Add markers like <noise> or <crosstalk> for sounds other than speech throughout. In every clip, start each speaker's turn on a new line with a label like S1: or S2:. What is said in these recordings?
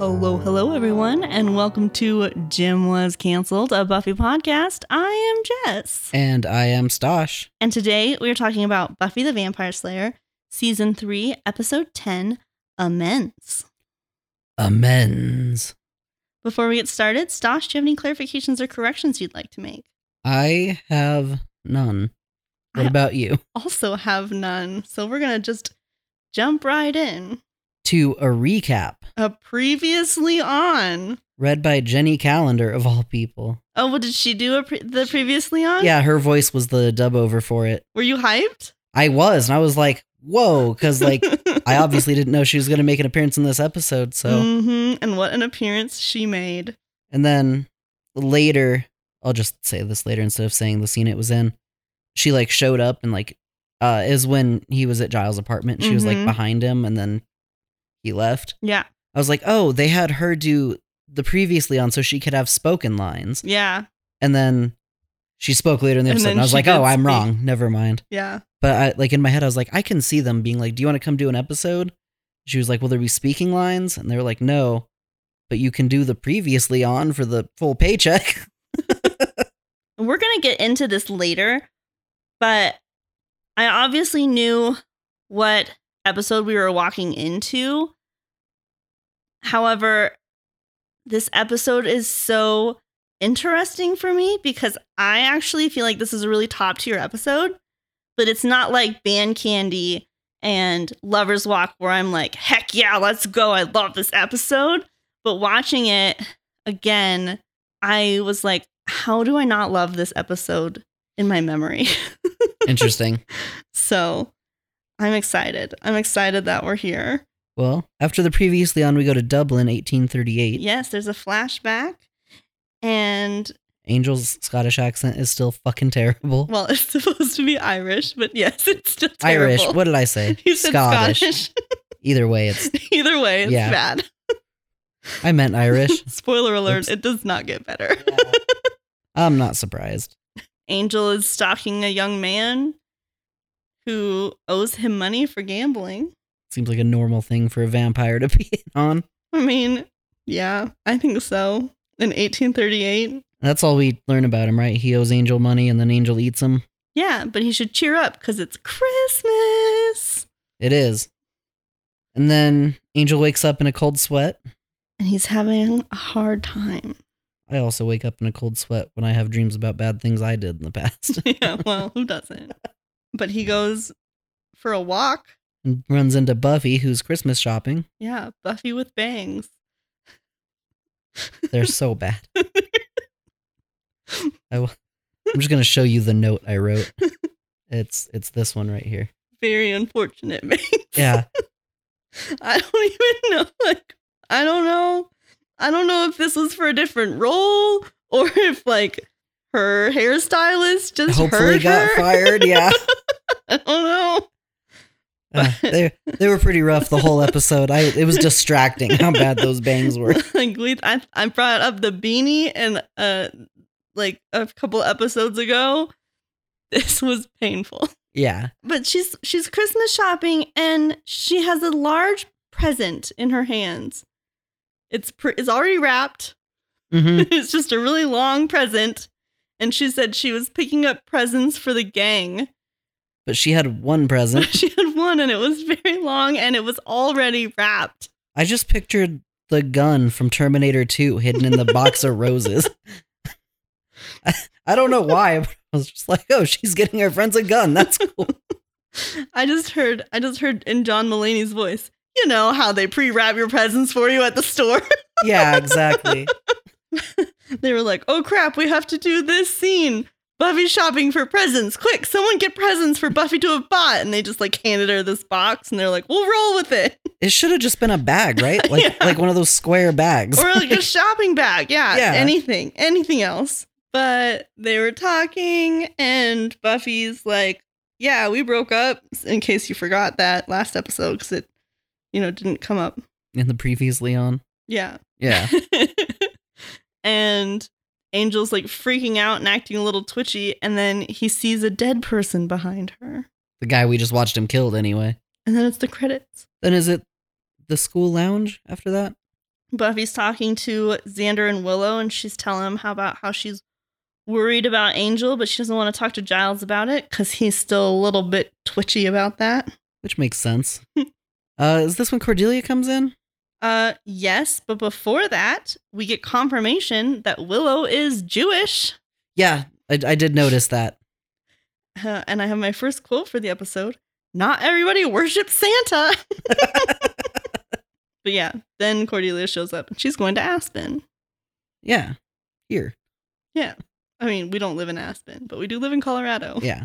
S1: Hello, hello, everyone, and welcome to Jim Was Cancelled, a Buffy podcast. I am Jess.
S2: And I am Stosh.
S1: And today we are talking about Buffy the Vampire Slayer, Season 3, Episode 10, Amends.
S2: Amends.
S1: Before we get started, Stosh, do you have any clarifications or corrections you'd like to make?
S2: I have none. What
S1: I-
S2: about you?
S1: Also, have none. So we're going to just jump right in.
S2: To a recap,
S1: A previously on.
S2: read by Jenny Calendar of all people.
S1: Oh, well, did she do a pre- the previously on?
S2: Yeah, her voice was the dub over for it.
S1: Were you hyped?
S2: I was, and I was like, whoa, because like
S1: <laughs>
S2: I obviously didn't know she was going to make an appearance in this episode. So,
S1: Mhm, and what an appearance she made.
S2: and then later, I'll just say this later instead of saying the scene it was in. She like showed up and like uh is when he was at Giles' apartment. She was like
S1: Mhm.
S2: behind him, and then he left.
S1: Yeah.
S2: I was like, oh, they had her do the previously on so she could have spoken lines.
S1: Yeah.
S2: And then she spoke later in the
S1: And
S2: episode.
S1: then
S2: And, I was
S1: she
S2: like,
S1: did
S2: oh, I'm
S1: speak.
S2: wrong. Never mind.
S1: Yeah.
S2: But I, like in my head, I was like, I can see them being like, do you want to come do an episode? She was like, will there be speaking lines? And they were like, no, but you can do the previously on for the full paycheck. <laughs>
S1: We're going to get into this later, but I obviously knew what episode we were walking into. However, this episode is so interesting for me because I actually feel like this is a really top tier episode, but it's not like Band Candy and Lover's Walk where I'm like, heck yeah, let's go. I love this episode. But watching it again, I was like, how do I not love this episode in my memory? <laughs>
S2: Interesting.
S1: so I'm excited. I'm excited that we're here.
S2: well, after the previously on, we go to Dublin, 1838.
S1: Yes, there's a flashback. And
S2: Angel's Scottish accent is still fucking terrible.
S1: well, it's supposed to be Irish, but yes, it's still <laughs> terrible.
S2: Irish. What did I say?
S1: <laughs> You said Scottish. <laughs>
S2: Either way, it's
S1: Either way, it's
S2: Yeah.
S1: bad. <laughs>
S2: I meant Irish.
S1: Spoiler alert,
S2: Oops.
S1: it does not get better.
S2: <laughs> I'm not surprised.
S1: Angel is stalking a young man who owes him money for gambling.
S2: Seems like a normal thing for a vampire to <laughs> be on.
S1: I mean, yeah, I think so. In 1838.
S2: That's all we learn about him, right? He owes Angel money and then Angel eats him.
S1: Yeah, but he should cheer up because it's Christmas.
S2: It is. And then Angel wakes up in a cold sweat.
S1: And he's having a hard time. <laughs>
S2: I also wake up in a cold sweat when I have dreams about bad things I did in the <laughs> past.
S1: yeah, well, who doesn't? But he goes for a walk.
S2: and runs into Buffy, who's Christmas shopping.
S1: Yeah, Buffy with bangs.
S2: They're so bad. I will, I'm just going to show you the note I wrote. It's it's this one right here.
S1: Very unfortunate <laughs> bangs.
S2: Yeah.
S1: I don't even know. Like, I don't know. I don't know if this was for a different role or if like her hairstylist just
S2: Hopefully
S1: heard
S2: got
S1: her.
S2: fired. Yeah.
S1: <laughs> I don't know.
S2: <laughs> Uh, they they were pretty rough the whole episode. I it was distracting how bad those bangs were.
S1: <laughs> like we, I, I brought up the beanie and uh, like a couple episodes ago. This was painful.
S2: Yeah,
S1: But she's she's Christmas shopping and she has a large present in her hands. It's pr it's already wrapped.
S2: mm-hmm.
S1: <laughs> it's just a really long present. And she said she was picking up presents for the gang.
S2: but she had one present.
S1: <laughs> she had one and it was very long and it was already wrapped.
S2: I just pictured the gun from Terminator Two hidden in the box of roses. <laughs> I, I don't know why. But I was just like, oh, she's getting her friends a gun. That's cool.
S1: I just heard I just heard in John Mulaney's voice, you know how they pre-wrap your presents for you at the store. <laughs>
S2: Yeah, exactly.
S1: they were like, "Oh crap, we have to do this scene. Buffy's shopping for presents. Quick, someone get presents for Buffy to have bought." And they just like handed her this box, and they're like, "We'll roll with <laughs> it,"
S2: It should have just been a bag, <laughs> right? Like
S1: Yeah.
S2: like one of those square bags.
S1: or like a shopping bag. Yeah,
S2: Yeah.
S1: anything, anything else. But they were talking, and Buffy's like, "Yeah, we broke up." In case you forgot that last episode, because it, you know, didn't come up.
S2: in the previously on.
S1: Yeah.
S2: Yeah,
S1: <laughs> and Angel's like freaking out and acting a little twitchy, and then he sees a dead person behind her.
S2: the guy we just watched him killed anyway.
S1: And then it's the credits.
S2: Then is it the school lounge after that?
S1: Buffy's talking to Xander and Willow, and she's telling him how about how she's worried about Angel, but she doesn't want to talk to Giles about it because he's still a little bit twitchy about that.
S2: which makes sense. uh, is this when Cordelia comes in?
S1: Uh, yes, but before that, we get confirmation that Willow is Jewish.
S2: Yeah, I, I did notice that.
S1: Uh, <laughs> and I have my first quote for the episode Not everybody worships Santa. <laughs> but yeah, then Cordelia shows up and she's going to Aspen.
S2: Yeah,
S1: <laughs>
S2: here.
S1: I mean, we don't live in Aspen, but we do live in Colorado.
S2: Yeah,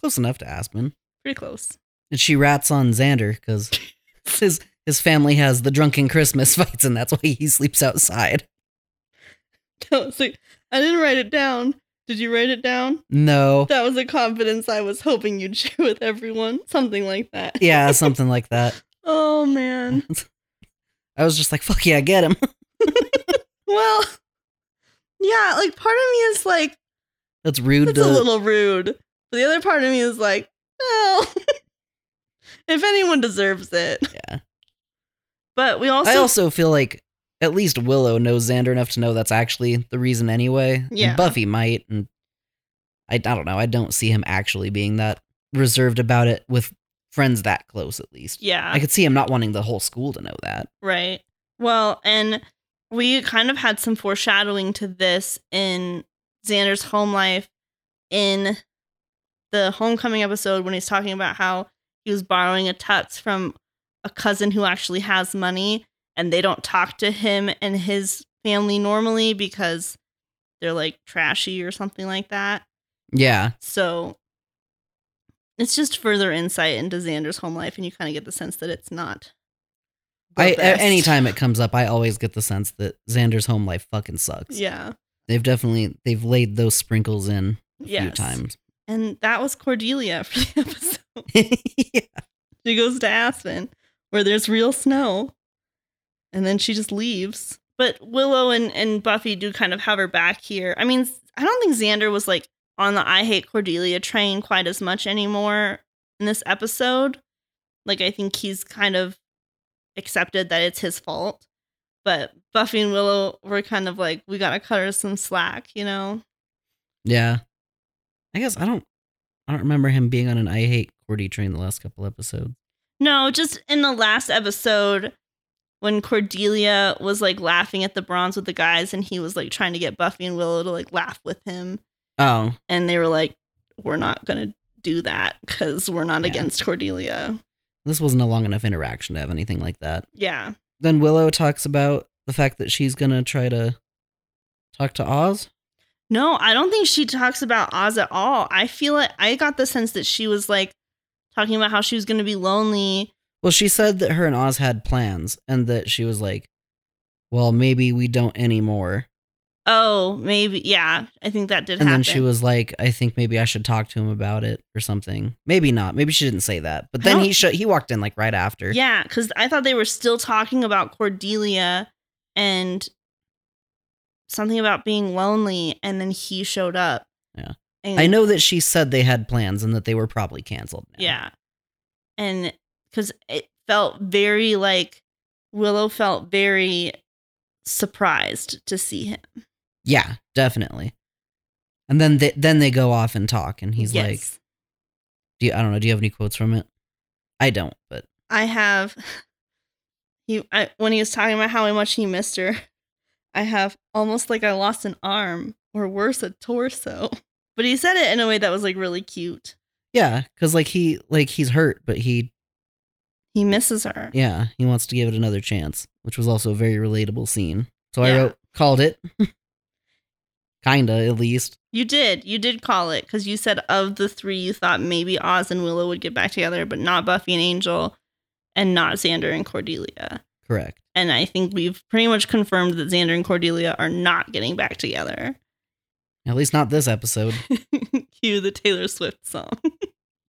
S2: close enough to Aspen.
S1: Pretty close. <laughs>
S2: And she rats on Xander because <laughs> his his family has the drunken Christmas <laughs> fights, and that's why he sleeps outside.
S1: No, it's like, I didn't write it down. Did you write it down?
S2: No.
S1: That was a confidence I was hoping you'd <laughs> share with everyone. Something like that.
S2: Yeah, something like
S1: <laughs>
S2: that. <laughs>
S1: Oh, man.
S2: I was just like, fuck yeah, get him. <laughs>
S1: Well, yeah, like part of me is like,
S2: That's rude
S1: It's
S2: to
S1: a little rude. But the other part of me is like, well, <laughs> if anyone deserves it.
S2: Yeah.
S1: But we also,
S2: I also feel like at least Willow knows Xander enough to know that's actually the reason anyway. And
S1: Yeah.
S2: Buffy might, and I, I don't know. I don't see him actually being that reserved about it with friends that close, at least.
S1: yeah,
S2: I could see him not wanting the whole school to know that.
S1: right. Well, and we kind of had some foreshadowing to this in Xander's home life in the homecoming episode when he's talking about how he was borrowing a tux from a cousin who actually has money and they don't talk to him and his family normally because they're like trashy or something like that.
S2: Yeah.
S1: So it's just further insight into Xander's home life, and you kind of get the sense that it's not. the
S2: I, a-
S1: best.
S2: anytime it comes up, I always get the sense that Xander's home life fucking
S1: <laughs>
S2: sucks.
S1: Yeah.
S2: They've definitely they've laid those sprinkles in a few
S1: Yes. <laughs>
S2: times. <laughs>
S1: And that was Cordelia for the <laughs> episode.
S2: yeah.
S1: <laughs> She goes to Aspen where there's real snow. And then she just leaves. But Willow and, and Buffy do kind of have her back here. I mean, I don't think Xander was like on the I hate Cordelia train quite as much anymore in this episode. Like, I think he's kind of accepted that it's his fault. But Buffy and Willow were kind of like, we got to cut her some slack, you know?
S2: Yeah. I guess I don't I don't remember him being on an I hate Cordy train the last couple episodes.
S1: No, just in the last episode when Cordelia was like laughing at the bronze with the guys and he was like trying to get Buffy and Willow to like laugh with him.
S2: Oh.
S1: And they were like, we're not going to do that because we're not
S2: Yeah.
S1: against Cordelia.
S2: This wasn't a long enough interaction to have anything like that.
S1: Yeah.
S2: Then Willow talks about the fact that she's gonna try to talk to Oz.
S1: No, I don't think she talks about Oz at all. I feel like I got the sense that she was like talking about how she was going to be lonely.
S2: Well, she said that her and Oz had plans and that she was like, Well, maybe we don't anymore.
S1: Oh, maybe. Yeah. I think that did
S2: and
S1: happen.
S2: then she was like, I think maybe I should talk to him about it or something. Maybe not. Maybe she didn't say that. But
S1: I
S2: then
S1: don't-
S2: he sh- he walked in like right after.
S1: Yeah, because I thought they were still talking about Cordelia and something about being lonely, and then he showed up.
S2: Yeah.
S1: and,
S2: I know that she said they had plans and that they were probably canceled. now.
S1: Yeah, and because it felt very like Willow felt very surprised to see him.
S2: Yeah, definitely. And then they, then they go off and talk, and he's like,
S1: Yes.
S2: do you, I don't know. Do you have any quotes from it? I don't, but
S1: I have <laughs> he I, when he was talking about how much he missed her. <laughs> I have almost like I lost an arm or worse a torso. <laughs> But he said it in a way that was like really cute.
S2: yeah, because like he like he's hurt, but he
S1: He misses her.
S2: yeah he wants to give it another chance, which was also a very relatable scene. So I
S1: Yeah.
S2: wrote called it, <laughs> kinda at least.
S1: You did. You did call it cuz you said of the 3 you thought maybe Oz and Willow would get back together, but not Buffy and Angel and not Xander and Cordelia.
S2: Correct.
S1: And I think we've pretty much confirmed that Xander and Cordelia are not getting back together. <laughs>
S2: At least not this episode.
S1: Cue the Taylor Swift song.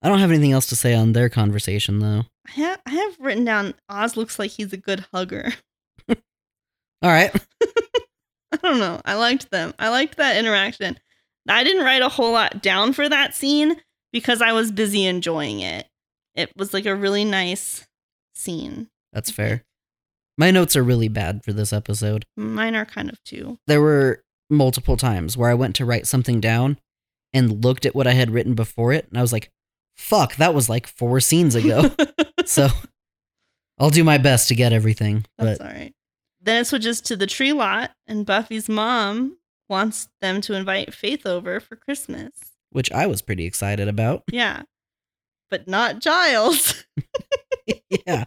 S2: I don't have anything else to say on their conversation though.
S1: I have, I have written down Oz looks like he's a good hugger. <laughs>
S2: All right. <laughs>
S1: I don't know. I liked them. I liked that interaction. I didn't write a whole lot down for that scene because I was busy enjoying it. It was like a really nice scene.
S2: That's fair. My notes are really bad for this episode.
S1: Mine are kind of too.
S2: There were multiple times where I went to write something down and looked at what I had written before it, and I was like, fuck, that was like four
S1: <laughs>
S2: scenes ago. <laughs> so I'll do my best to get everything.
S1: That's
S2: But
S1: all right. Then it switches to the tree lot, and Buffy's mom wants them to invite Faith over for Christmas.
S2: which I was pretty excited about.
S1: Yeah. But not Giles. <laughs>
S2: yeah.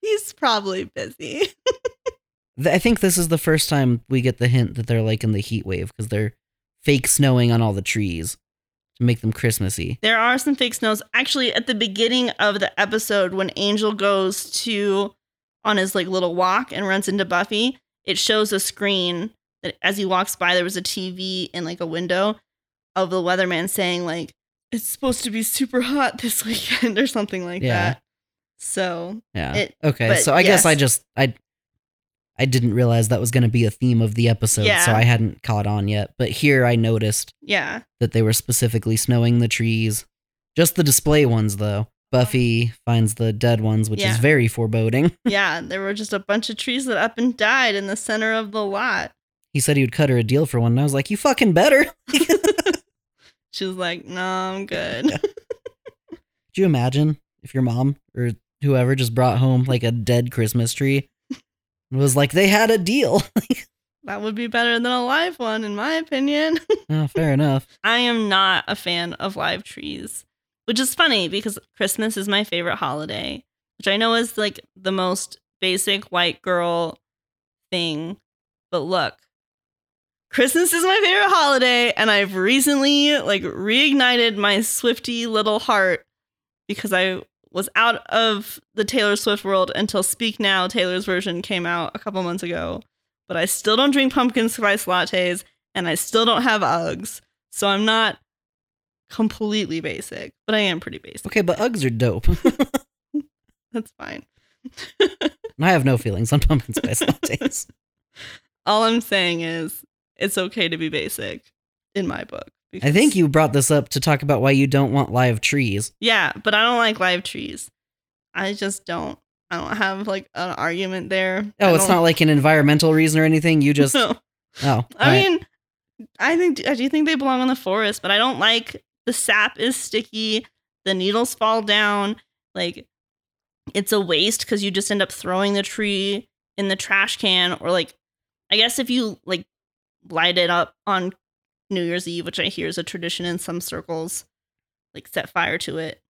S1: He's probably busy.
S2: Th- I think this is the first time we get the hint that they're like in the heat wave because they're fake snowing on all the trees to make them Christmassy.
S1: There are some fake snows. Actually, at the beginning of the episode, when Angel goes to on his like little walk and runs into Buffy, it shows a screen that as he walks by, there was a TV in like a window of the weatherman saying like it's supposed to be super hot this <laughs> weekend or something like
S2: Yeah.
S1: that. So
S2: Yeah.
S1: It-
S2: okay.
S1: but
S2: So I guess I
S1: yes.
S2: just I I didn't realize that was going to be a theme of the episode, so
S1: Yeah.
S2: I hadn't caught on yet. But here I noticed
S1: yeah,
S2: that they were specifically snowing the trees, just the display ones though. Buffy finds the dead ones, which is
S1: Oh. Yeah.
S2: very foreboding.
S1: yeah, there were just a bunch of trees that up and died in the center of the lot.
S2: He said he would cut her a deal for one, and I was like, "You fucking better." <laughs>
S1: She was like, "No, I'm good."
S2: Could you imagine if your mom or whoever just brought home like a dead Christmas tree and was like, they had a deal?
S1: <laughs>
S2: <laughs>
S1: that would be better than a live one, in my opinion. <laughs>
S2: oh, fair enough.
S1: I am not a fan of live trees, which is funny because Christmas is my favorite holiday, which I know is like the most basic white girl thing. But look, Christmas is my favorite holiday, and I've recently like reignited my Swifty little heart because I was out of the Taylor Swift world until Speak Now Taylor's version came out a couple months ago. But I still don't drink pumpkin spice lattes, and I still don't have Uggs. So I'm not completely basic, but I am pretty basic.
S2: Okay, but Uggs are dope. <laughs>
S1: That's fine.
S2: And I have no feelings on <laughs> pumpkin spice lattes.
S1: All I'm saying is it's okay to be basic in my book.
S2: I
S1: because-
S2: think you brought this up to talk about why you don't want live trees.
S1: Yeah, but I don't like live trees. I just don't. I don't have like an argument there.
S2: Oh,
S1: <laughs>
S2: it's not like an environmental reason or anything. You just,
S1: no.
S2: oh, all
S1: I
S2: right.
S1: mean, I think I do think they belong in the forest, but I don't like the sap is sticky, the needles fall down, like it's a waste because you just end up throwing the tree in the trash can, or like I guess if you like light it up on New Year's Eve, which I hear is a tradition in some circles, like set fire to it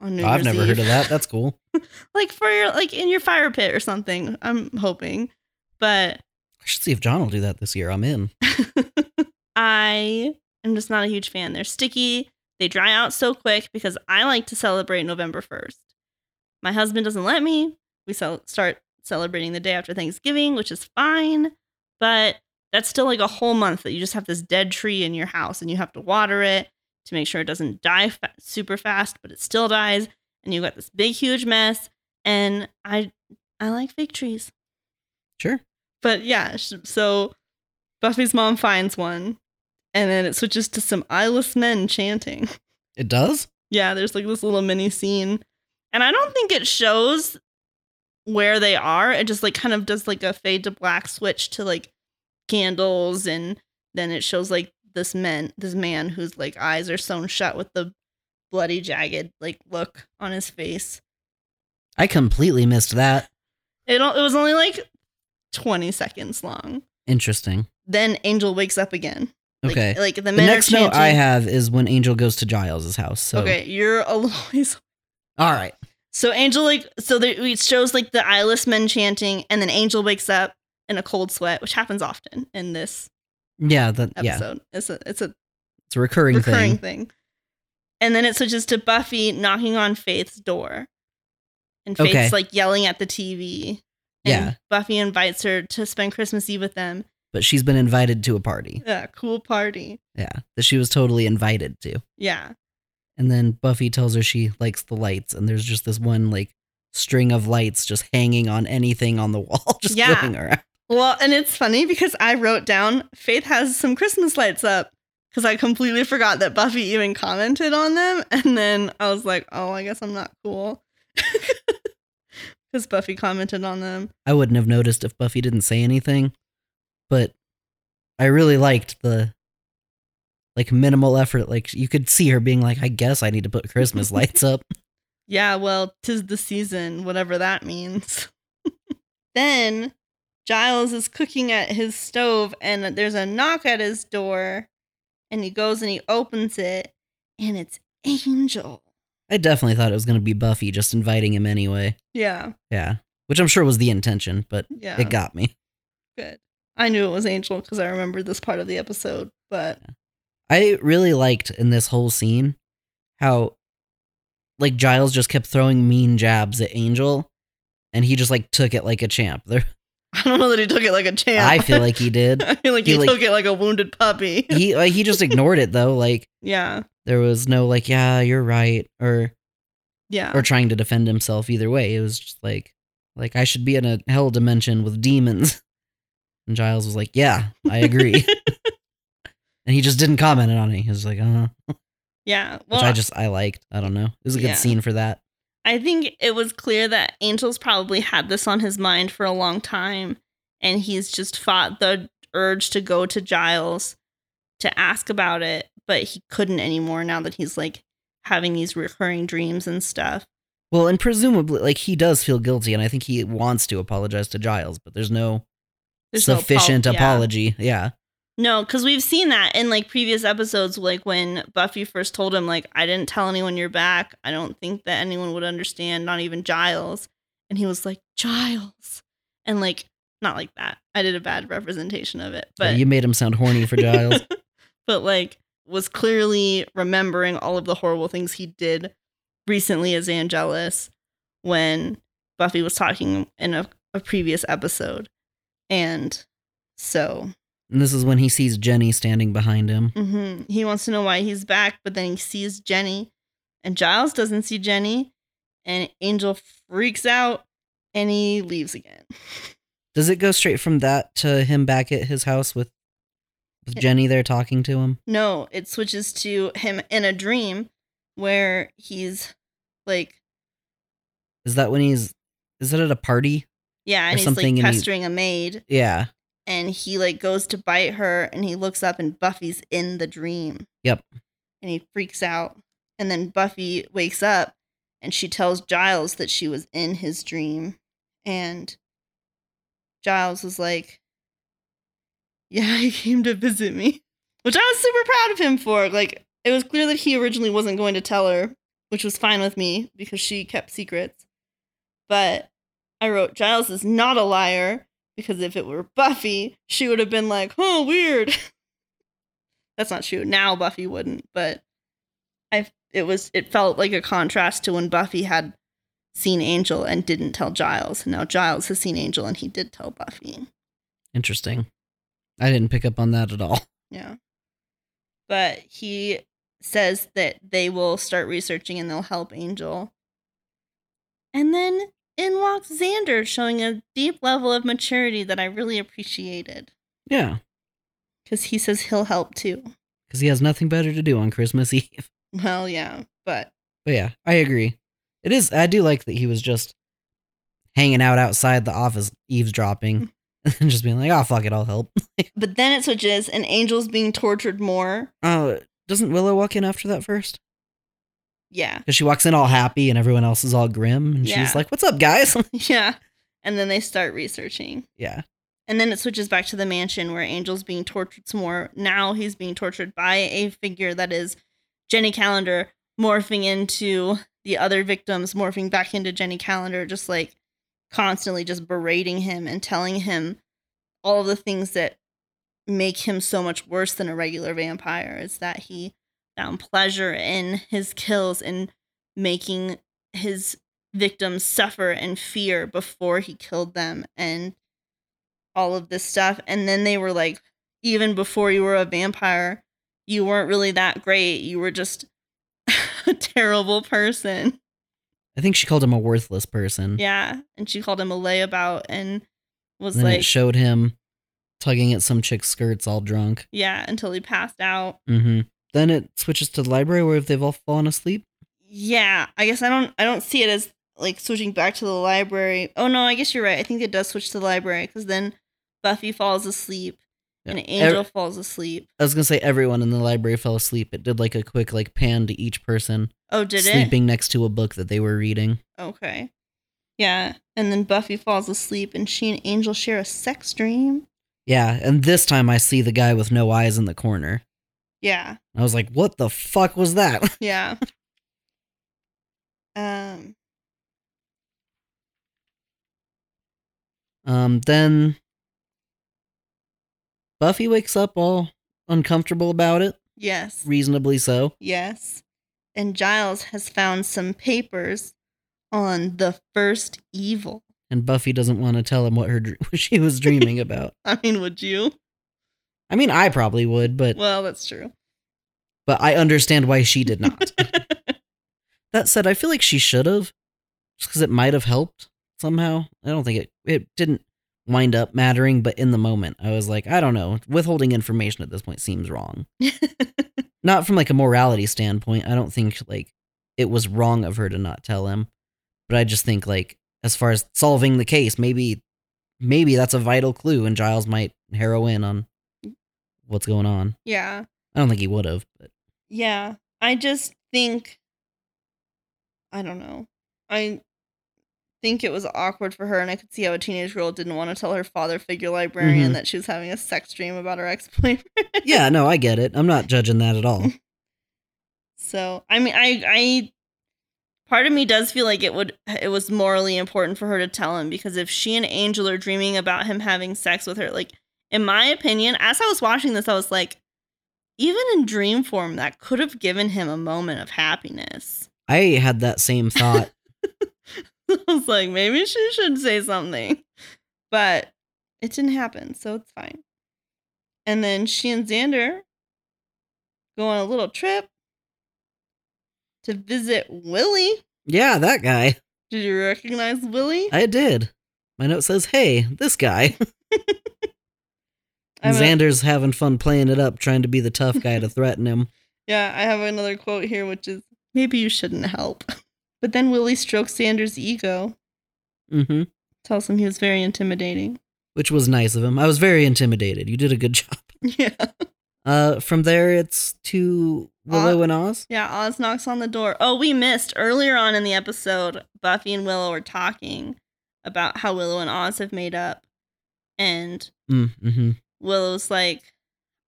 S1: on New
S2: Oh, I've
S1: Year's
S2: never
S1: Eve
S2: heard of that. That's cool.
S1: like for your like in your fire pit or something. I'm hoping, but
S2: I should see if John will do that this year. I'm in.
S1: <laughs> I am just not a huge fan. They're sticky. They dry out so quick because I like to celebrate November 1st. My husband doesn't let me. We cel- start celebrating the day after Thanksgiving, which is fine, but that's still like a whole month that you just have this dead tree in your house and you have to water it to make sure it doesn't die fa- super fast, but it still dies and you've got this big huge mess and I I like fake trees.
S2: Sure.
S1: But yeah, sh- so Buffy's mom finds one, and then it switches to some eyeless men chanting. <laughs>
S2: It does?
S1: Yeah, there's like this little mini scene, and I don't think it shows where they are. It just like kind of does like a fade to black switch to like candles, and then it shows like this man, this man whose like eyes are sewn shut with the bloody jagged like look on his face.
S2: I completely missed that.
S1: It o- it was only like twenty seconds long.
S2: Interesting.
S1: Then Angel wakes up again. Like-
S2: Okay.
S1: Like, the men
S2: the next
S1: are
S2: note
S1: chanting.
S2: I have is when Angel goes to Giles' house. So,
S1: Okay, you're <laughs> always
S2: all right.
S1: so Angel like so there, it shows like the eyeless men chanting, and then Angel wakes up in a cold sweat, which happens often in this
S2: Yeah, that yeah,
S1: episode. It's a it's a
S2: it's a recurring,
S1: recurring
S2: thing.
S1: thing. And then it switches to Buffy knocking on Faith's door, and Faith's
S2: Okay.
S1: like yelling at the TV. And
S2: Yeah,
S1: Buffy invites her to spend Christmas Eve with them.
S2: but she's been invited to a party.
S1: Yeah, cool party.
S2: Yeah, that she was totally invited to.
S1: Yeah,
S2: And then Buffy tells her she likes the lights, and there's just this one like string of lights just hanging on anything on the <laughs> wall, just
S1: Yeah.
S2: going around.
S1: Well, and it's funny because I wrote down Faith has some Christmas lights up because I completely forgot that Buffy even <laughs> commented on them. And then I was like, oh, I guess I'm not cool. because Buffy commented on them.
S2: I wouldn't have noticed if Buffy didn't say anything, but I really liked the like minimal effort. Like you could see her being like, "I guess I need to put
S1: <laughs>
S2: Christmas lights up."
S1: Yeah, well, 'tis the season, whatever that means. <laughs> then Giles is cooking at his stove and there's a knock at his door and he goes and he opens it and it's Angel.
S2: I definitely thought it was going to be Buffy just inviting him anyway.
S1: Yeah,
S2: Yeah, which I'm sure was the intention, but
S1: yeah.
S2: it got me.
S1: good. I knew it was Angel because I remembered this part of the episode, but
S2: I really liked in this whole scene how like Giles just kept throwing mean jabs at Angel and he just like took it like a champ. There
S1: <laughs> I don't know that he took it like a champ.
S2: I feel like he
S1: <laughs>
S2: did.
S1: I feel like
S2: he,
S1: he,
S2: like-
S1: took it like a wounded puppy.
S2: he like, he just ignored it though. Like
S1: <laughs> yeah,
S2: there was no like yeah, you're right or
S1: yeah,
S2: or trying to defend himself either way. It was just like like I should be in a hell dimension with demons. <laughs> And Giles was like, "Yeah, I
S1: <laughs>
S2: agree." <laughs> and he just didn't comment on it. He was like, "Uh-huh."
S1: yeah. Well,
S2: Which I just I liked. I don't know. It was a good
S1: Yeah.
S2: scene for that.
S1: I think it was clear that Angel's probably had this on his mind for a long time, and he's just fought the urge to go to Giles to ask about it, but he couldn't anymore now that he's like having these recurring dreams and stuff.
S2: Well, and presumably, like he does feel guilty, and I think he wants to apologize to Giles, but there's no
S1: There's no apo-
S2: sufficient
S1: yeah.
S2: apology. Yeah,
S1: No, because we've seen that in like previous episodes, like when Buffy first told him, like, I didn't tell anyone you're back. I don't think that anyone would understand, not even Giles. And he was like, Giles. And like, not like that. I did a bad representation of it.
S2: but
S1: But
S2: you made him sound horny
S1: <laughs>
S2: for Giles.
S1: but like was clearly remembering all of the horrible things he did recently as Angelus when Buffy was talking in a, a previous episode. And so
S2: and this is when he sees Jenny standing behind him.
S1: hmm He wants to know why he's back, but then he sees Jenny, and Giles doesn't see Jenny, and Angel freaks out and he leaves again.
S2: Does it go straight from that to him back at his house with with Jenny there talking to him?
S1: No, it switches to him in a dream where he's like,
S2: Is that when he's is that at a party?
S1: yeah,
S2: Or
S1: and he's
S2: something,
S1: like
S2: and he-
S1: pestering a maid,
S2: Yeah.
S1: and he like goes to bite her, and he looks up, and Buffy's in the dream.
S2: Yep.
S1: And he freaks out, and then Buffy wakes up, and she tells Giles that she was in his dream, and Giles was like, Yeah, <laughs> he came to visit me. Which I was super proud of him for. Like, it was clear that he originally wasn't going to tell her, which was fine with me because she kept secrets. But I wrote, Giles is not a liar because if it were Buffy, she would have been like, Oh, weird. <laughs> That's not true. Now Buffy wouldn't, but I it was it felt like a contrast to when Buffy had seen Angel and didn't tell Giles. And now Giles has seen Angel and he did tell Buffy.
S2: Interesting. I didn't pick up on that at all. <laughs>
S1: Yeah. But he says that they will start researching and they'll help Angel. And then in walks Xander, showing a deep level of maturity that I really appreciated.
S2: Yeah,
S1: Because he says he'll help too.
S2: because he has nothing better to do on Christmas <laughs> Eve.
S1: Well, yeah, but
S2: But yeah, I agree. It is. I do like that he was just hanging out outside the office, eavesdropping, <laughs> and just being like, "Oh fuck it, I'll help."
S1: but then it switches and Angel's being tortured more.
S2: <laughs> Uh, doesn't Willow walk in after that first?
S1: Yeah, <laughs>
S2: Because she walks in all happy, and everyone else is all grim, and
S1: Yeah.
S2: she's like, "What's up, guys?" <laughs>
S1: yeah. And then they start researching.
S2: yeah,
S1: And then it switches back to the mansion where Angel's being tortured some more. Now he's being tortured by a figure that is Jenny Calendar morphing into the other victims, morphing back into Jenny Calendar, just like constantly just berating him and telling him all of the things that make him so much worse than a regular vampire is that he found pleasure in his kills and making his victims suffer and fear before he killed them and all of this stuff. And then they were like, even before you were a vampire, you weren't really that great. You were just <laughs> a terrible person.
S2: I think she called him a worthless person.
S1: Yeah. And she called him a layabout and was
S2: and then
S1: like,
S2: it showed him tugging at some chick's skirts, all drunk.
S1: yeah, until he passed out.
S2: Mm-hmm. Then it switches to the library where they've all fallen asleep.
S1: Yeah. I guess I don't I don't see it as like switching back to the library. Oh no, I guess you're right. I think it does switch to the library because then Buffy falls asleep
S2: Yeah.
S1: and Angel
S2: Ev-
S1: falls asleep.
S2: I was gonna say everyone in the library fell asleep. It did like a quick like pan to each person
S1: Oh, did it?
S2: sleeping next to a book that they were reading.
S1: Okay. Yeah. And then Buffy falls asleep and she and Angel share a sex dream.
S2: Yeah, and this time I see the guy with no eyes in the corner.
S1: Yeah.
S2: I was like, "What the fuck was that?" <laughs>
S1: Yeah. <laughs> um
S2: Um, then Buffy wakes up all uncomfortable about it,
S1: yes.
S2: reasonably so.
S1: Yes. And Giles has found some papers on the first evil. <laughs>
S2: And Buffy doesn't want to tell him what her dr- <laughs> what she was dreaming about.
S1: I mean, would you?
S2: I mean, I probably would, but
S1: Well, that's true.
S2: but I understand why she did not. that said, I feel like she should have, just because it might have helped somehow. I don't think it it didn't wind up mattering, but in the moment, I was like, I don't know, withholding information at this point seems wrong. Not from like a morality standpoint. I don't think like it was wrong of her to not tell him, but I just think like as far as solving the case, maybe maybe that's a vital clue, and Giles might harrow in on what's going on.
S1: yeah.
S2: I don't think he would have, but.
S1: Yeah. I just think I don't know. I think it was awkward for her and I could see how a teenage girl didn't want to tell her father figure librarian
S2: Mhm.
S1: that she was having a sex dream about her ex-boyfriend. <laughs>
S2: yeah, no, I get it. I'm not judging that at all.
S1: So, I mean, I I part of me does feel like it would it was morally important for her to tell him because if she and Angel are dreaming about him having sex with her, like in my opinion, as I was watching this, I was like even in dream form that could have given him a moment of happiness.
S2: I had that same thought.
S1: <laughs> I was like, maybe she should say something. But it didn't happen, so it's fine. And then she and Xander go on a little trip to visit Willie.
S2: yeah, that guy.
S1: Did you recognize Willie?
S2: I did. My note says, "Hey, this guy."
S1: I have
S2: And
S1: a-
S2: Xander's having fun playing it up, trying to be the tough guy to threaten him.
S1: yeah, I have another quote here, which is maybe you shouldn't help. <laughs> But then Willie strokes Xander's ego,
S2: hmm
S1: tells him he was very intimidating. <laughs>
S2: Which was nice of him. I was very intimidated. You did a good <laughs> job.
S1: Yeah.
S2: Uh, from there, it's to Willow and Oz.
S1: Yeah, Oz knocks on the door. Oh, we missed earlier on in the episode. Buffy and Willow are talking about how Willow and Oz have made up, and
S2: Mm-hmm.
S1: Willow's like,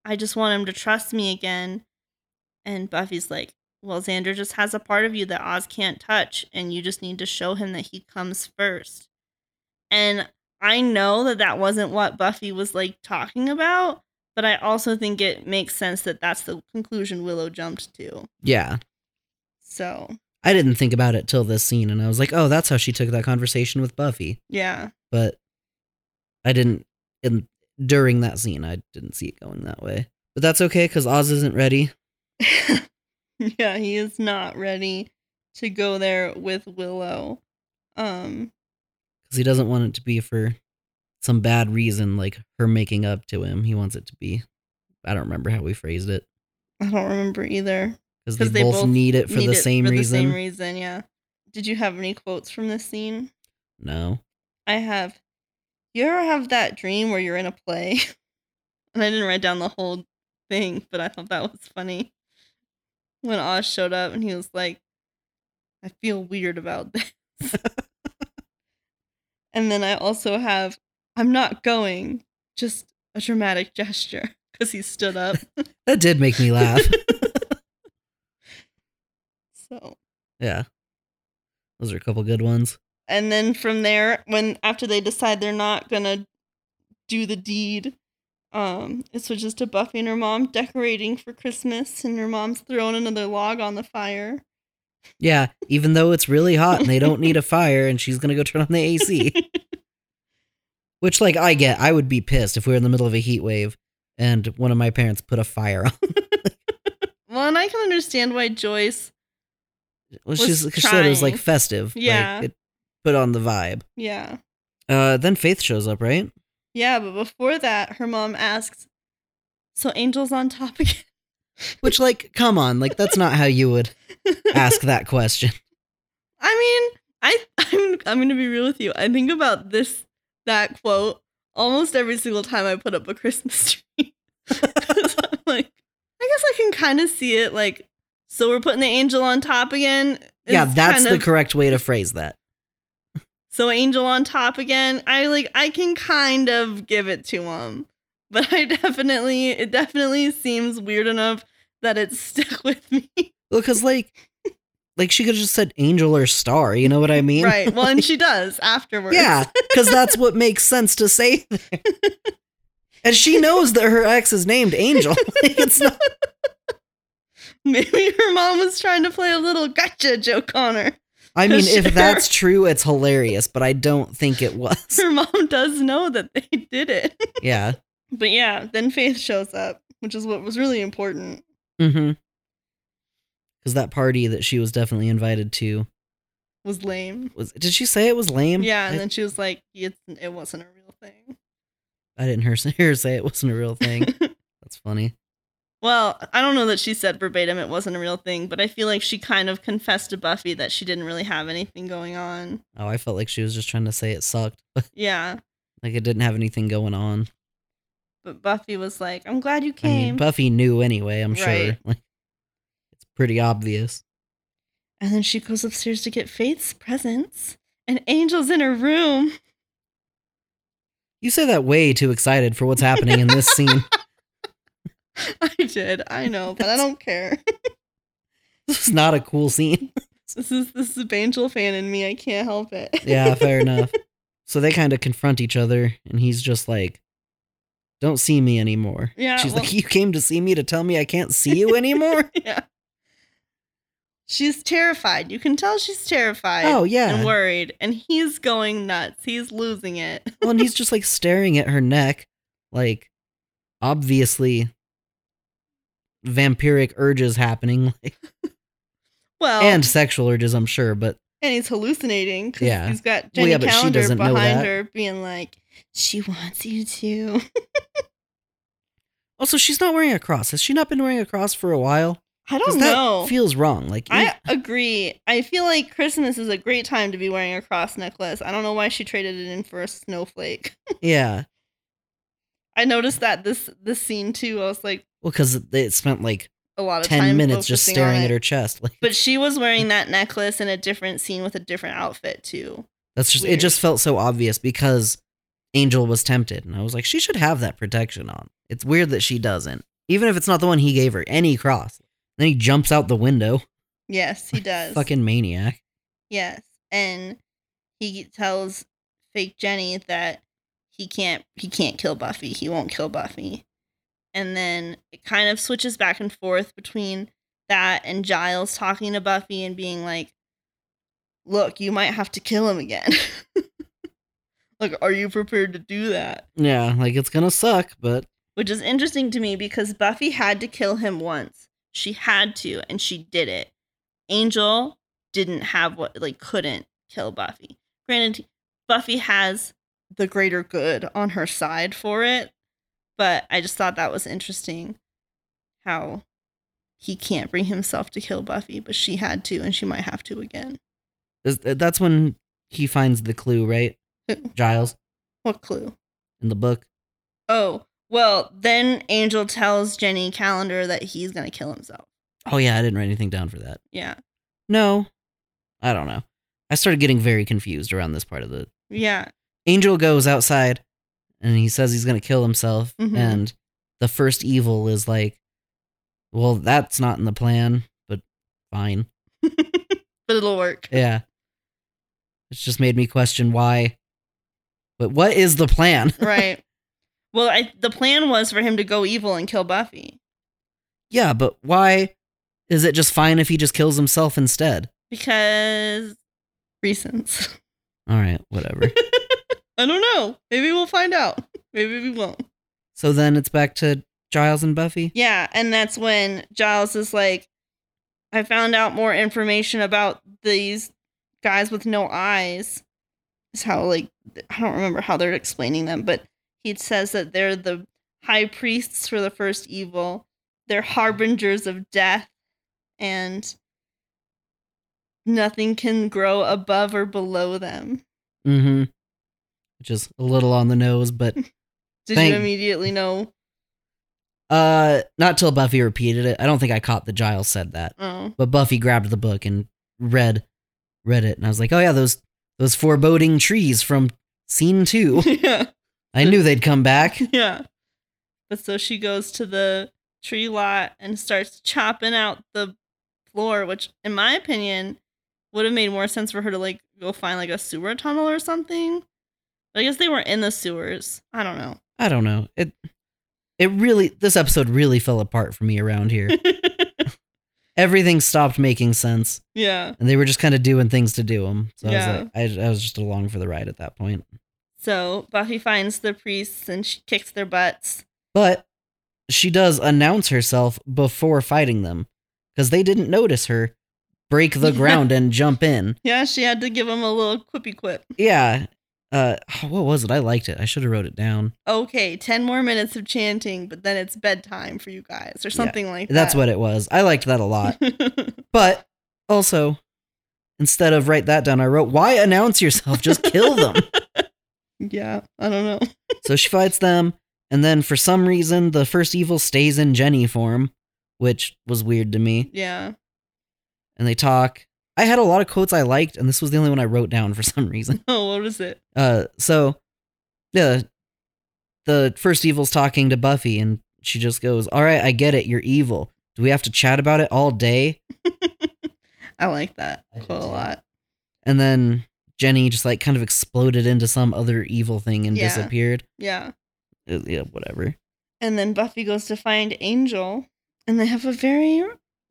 S1: "I just want him to trust me again," and Buffy's like, "Well, Xander just has a part of you that Oz can't touch, and you just need to show him that he comes first. And I know that that wasn't what Buffy was like talking about, but I also think it makes sense that that's the conclusion Willow jumped to.
S2: Yeah,
S1: So.
S2: I didn't think about it till this scene, and I was like, "Oh, that's how she took that conversation with Buffy."
S1: Yeah.
S2: but I didn't. And during that scene, I didn't see it going that way. But that's okay because Oz isn't ready.
S1: <laughs> yeah, he is not ready to go there with Willow. Um
S2: because he doesn't want it to be for some bad reason, like her making up to him. He wants it to be. I don't remember how we phrased it
S1: I don't remember either.
S2: because
S1: 'Cause
S2: they, both, need it for
S1: Need
S2: the
S1: it
S2: same
S1: for
S2: reason.
S1: The same reason, yeah. Did you have any quotes from this scene?
S2: no,
S1: I have You ever have that dream where you're in a play? <laughs> and I didn't write down the whole thing, but I thought that was funny. When Oz showed up and he was like, I feel weird about this. and then I also have, I'm not going, just a dramatic gesture because he stood up.
S2: that did make
S1: <laughs>
S2: me laugh. <laughs>
S1: so,
S2: yeah, those are a couple good ones.
S1: and then from there, when after they decide they're not gonna do the deed, um, it switches to Buffy and her mom decorating for Christmas, and her mom's throwing another log on the fire.
S2: Yeah, even though it's really hot and they don't need a fire, and she's gonna go turn on
S1: <laughs>
S2: the AC. Which, like, I get. I would be pissed if we were in the middle of a heat wave and one of my parents put a fire on.
S1: Well, and I can understand why Joyce.
S2: Well,
S1: Was
S2: she's 'cause she said it was like
S1: trying.
S2: festive. like,
S1: Yeah.
S2: it put on the vibe.
S1: Yeah,
S2: Uh, then Faith shows up, right?
S1: yeah, but before that, her mom asks, "So Angel's on top again?" <laughs>
S2: Which, like, come on, like that's not how you would ask that question.
S1: I mean, I <laughs> I'm I'm gonna be real with you. I think about this that quote almost every single time I put up a Christmas <laughs> tree. 'Cause I'm like, I guess I can kind of see it. Like, so we're putting the angel on top again.
S2: yeah,
S1: It's
S2: that's
S1: kind
S2: the
S1: of-
S2: correct way to phrase that.
S1: so angel on top again. I like I can kind of give it to him, but I definitely it definitely seems weird enough that it <laughs> stuck with me.
S2: <laughs> Well, because like, like she could have just said angel or star. You know what I mean?
S1: Right. Well, and she does afterwards.
S2: Yeah, because that's what makes sense to say. There.
S1: <laughs>
S2: And she knows that her ex is named Angel. <laughs> Like, it's not,
S1: <laughs> Maybe her mom was trying to play a little gotcha joke on her. <laughs>
S2: I mean,
S1: Sure.
S2: if that's true, it's hilarious, but I don't think
S1: <laughs>
S2: it was.
S1: Her mom does know that they <laughs> did it.
S2: Yeah.
S1: But yeah, then Faith shows up, which is what was really important.
S2: Mm-hmm. Because that party that she was definitely invited to
S1: Was lame.
S2: was. Did she say it was lame?
S1: Yeah,
S2: I,
S1: and then she was like, "It's it wasn't a real thing."
S2: I didn't hear, <laughs> hear her say it wasn't a real
S1: <laughs>
S2: thing. that's funny.
S1: Well, I don't know that she said verbatim it wasn't a real thing, but I feel like she kind of confessed to Buffy that she didn't really have anything going on.
S2: Oh, I felt like she was just trying to say it sucked, but
S1: Yeah.
S2: like it didn't have anything going on.
S1: But Buffy was like, I'm glad you
S2: I mean,
S1: came.
S2: Buffy knew anyway. I'm sure.
S1: Right.
S2: <laughs> Like, it's pretty obvious.
S1: and then she goes upstairs to get Faith's presents, and Angel's in her room.
S2: You say that way too excited for what's happening
S1: <laughs>
S2: in this scene. <laughs>
S1: I did. I know, but I don't care. <laughs>
S2: This is not a cool scene.
S1: This is this is Angel fan in me. I can't help it. <laughs>
S2: Yeah, fair enough. So they kind of confront each other, and he's just like, "Don't see me anymore."
S1: Yeah,
S2: She's like,
S1: well-
S2: "You came to see me to tell me I can't see you
S1: <laughs>
S2: anymore."
S1: yeah. She's terrified. You can tell she's terrified
S2: oh
S1: and
S2: yeah.
S1: worried, and he's going nuts. He's losing it. <laughs>
S2: Well, and he's just like staring at her neck, like obviously vampiric urges happening, <laughs> like,
S1: Well,
S2: and sexual urges, I'm sure. But
S1: and he's hallucinating because
S2: Yeah.
S1: he's got
S2: Well,
S1: Jenny
S2: yeah, but she
S1: Calendar
S2: doesn't know
S1: behind
S2: that.
S1: her, being like, "She wants you to." <laughs>
S2: also, she's not wearing a cross. Has she not been wearing a cross for a while?
S1: I
S2: 'Cause
S1: don't
S2: that
S1: know.
S2: Feels wrong. Like
S1: I agree. I feel like Christmas is a great time to be wearing a cross necklace. I don't know why she traded it in for a snowflake. <laughs>
S2: yeah.
S1: I noticed that this this scene too. I was like
S2: Well, because it spent like
S1: a lot of
S2: ten
S1: time
S2: minutes just
S1: focusing on
S2: staring
S1: it.
S2: at her chest. <laughs> Like
S1: But she was
S2: <laughs>
S1: wearing that necklace in a different scene with a different outfit too.
S2: that's just it.
S1: weird.
S2: Just felt so obvious because Angel was tempted, and I was like, she should have that protection on. It's weird that she doesn't, even if it's not the one he gave her. Any cross, then he jumps out the window.
S1: Yes, he does.
S2: Fucking maniac.
S1: yes, and he tells fake Jenny that he can't he can't kill Buffy. He won't kill Buffy. And then it kind of switches back and forth between that and Giles talking to Buffy and being like, "Look, you might have to kill him again." <laughs> like, are you prepared to do that?
S2: Yeah, like it's gonna suck, but
S1: which is interesting to me because Buffy had to kill him once. She had to, and she did it. Angel didn't have what, like, couldn't kill Buffy. Granted, Buffy has the greater good on her side for it, but I just thought that was interesting how he can't bring himself to kill Buffy, but she had to, and she might have to again.
S2: is- uh, that's when he finds the
S1: <laughs>
S2: clue, right? Giles
S1: What clue?
S2: in the book.
S1: Oh, well, then Angel tells Jenny Calendar that he's going to kill himself.
S2: Oh yeah, I didn't write anything down for that.
S1: Yeah.
S2: No, I don't know. I started getting very confused around this part of the
S1: Yeah.
S2: Angel goes outside and he says he's going to kill himself.
S1: Mhm.
S2: And the first evil is like, well, that's not in the plan, but fine.
S1: but it'll work.
S2: Yeah. It's just made me question why. But what is the plan? <laughs>
S1: right. Well, I, the plan was for him to go evil and kill Buffy
S2: yeah, but why is it just fine if he just kills himself instead?
S1: because reasons. <laughs>
S2: All right, whatever.
S1: I don't know. Maybe we'll find out. Maybe we won't.
S2: so then it's back to Giles and Buffy.
S1: Yeah, and that's when Giles is like, I found out more information about these guys with no eyes. Is how like I don't remember how they're explaining them, but he says that they're the high priests for the first evil. They're harbingers of death, and nothing can grow above or below them.
S2: Mm-hmm. Which is a little on the nose, but
S1: Did
S2: Thank-
S1: you immediately know?
S2: uh, not till Buffy repeated it. I don't think I caught that Giles said that.
S1: Oh,
S2: <laughs> But Buffy grabbed the book and read read it, and I was like, "Oh yeah, those those foreboding trees from
S1: <laughs>
S2: scene two.
S1: yeah,
S2: I knew they'd come back." <laughs>
S1: yeah. But so she goes to the tree lot and starts chopping out the floor, which, in my opinion, would have made more sense for her to like go find like a sewer tunnel or something. But I guess they were in the sewers. I don't know.
S2: I don't know. It it really this episode really fell apart for me
S1: <laughs>
S2: around here. Everything stopped making sense,
S1: yeah.
S2: and they were just kind of doing things to do them. So
S1: Yeah.
S2: I was like, I, I was just along for the ride at that point.
S1: So Buffy finds the priests and she kicks their butts.
S2: But she does announce herself before fighting them because they didn't notice her break the
S1: Yeah.
S2: ground and jump in.
S1: Yeah, she had to give them a little quippy quip.
S2: Yeah. Uh, <sighs> what was it? I liked it. I should have wrote it down.
S1: Okay, 10 more minutes of chanting, but then it's bedtime for you guys or something like that.
S2: That's what it was. I liked that
S1: <laughs>
S2: a lot.
S1: what
S2: But also, instead of write that down, I wrote, why announce yourself? Just kill them.
S1: Yeah, I don't know.
S2: so she fights them. And then for some reason, the first evil stays in Jenny form, which was weird to me.
S1: Yeah.
S2: And they talk. I had a lot of quotes I liked, and this was the only one I wrote down for some reason.
S1: <laughs> Oh, what is it?
S2: Uh, so yeah, the first evil's talking to Buffy, and she just goes, "All right, I get it. You're evil. Do we have to chat about it all day?"
S1: I like that
S2: I do
S1: quote a
S2: too.
S1: lot.
S2: And then Jenny just like kind of exploded into some other evil thing and
S1: Yeah.
S2: disappeared.
S1: Yeah.
S2: Uh, yeah, whatever.
S1: And then Buffy goes to find Angel, and they have a very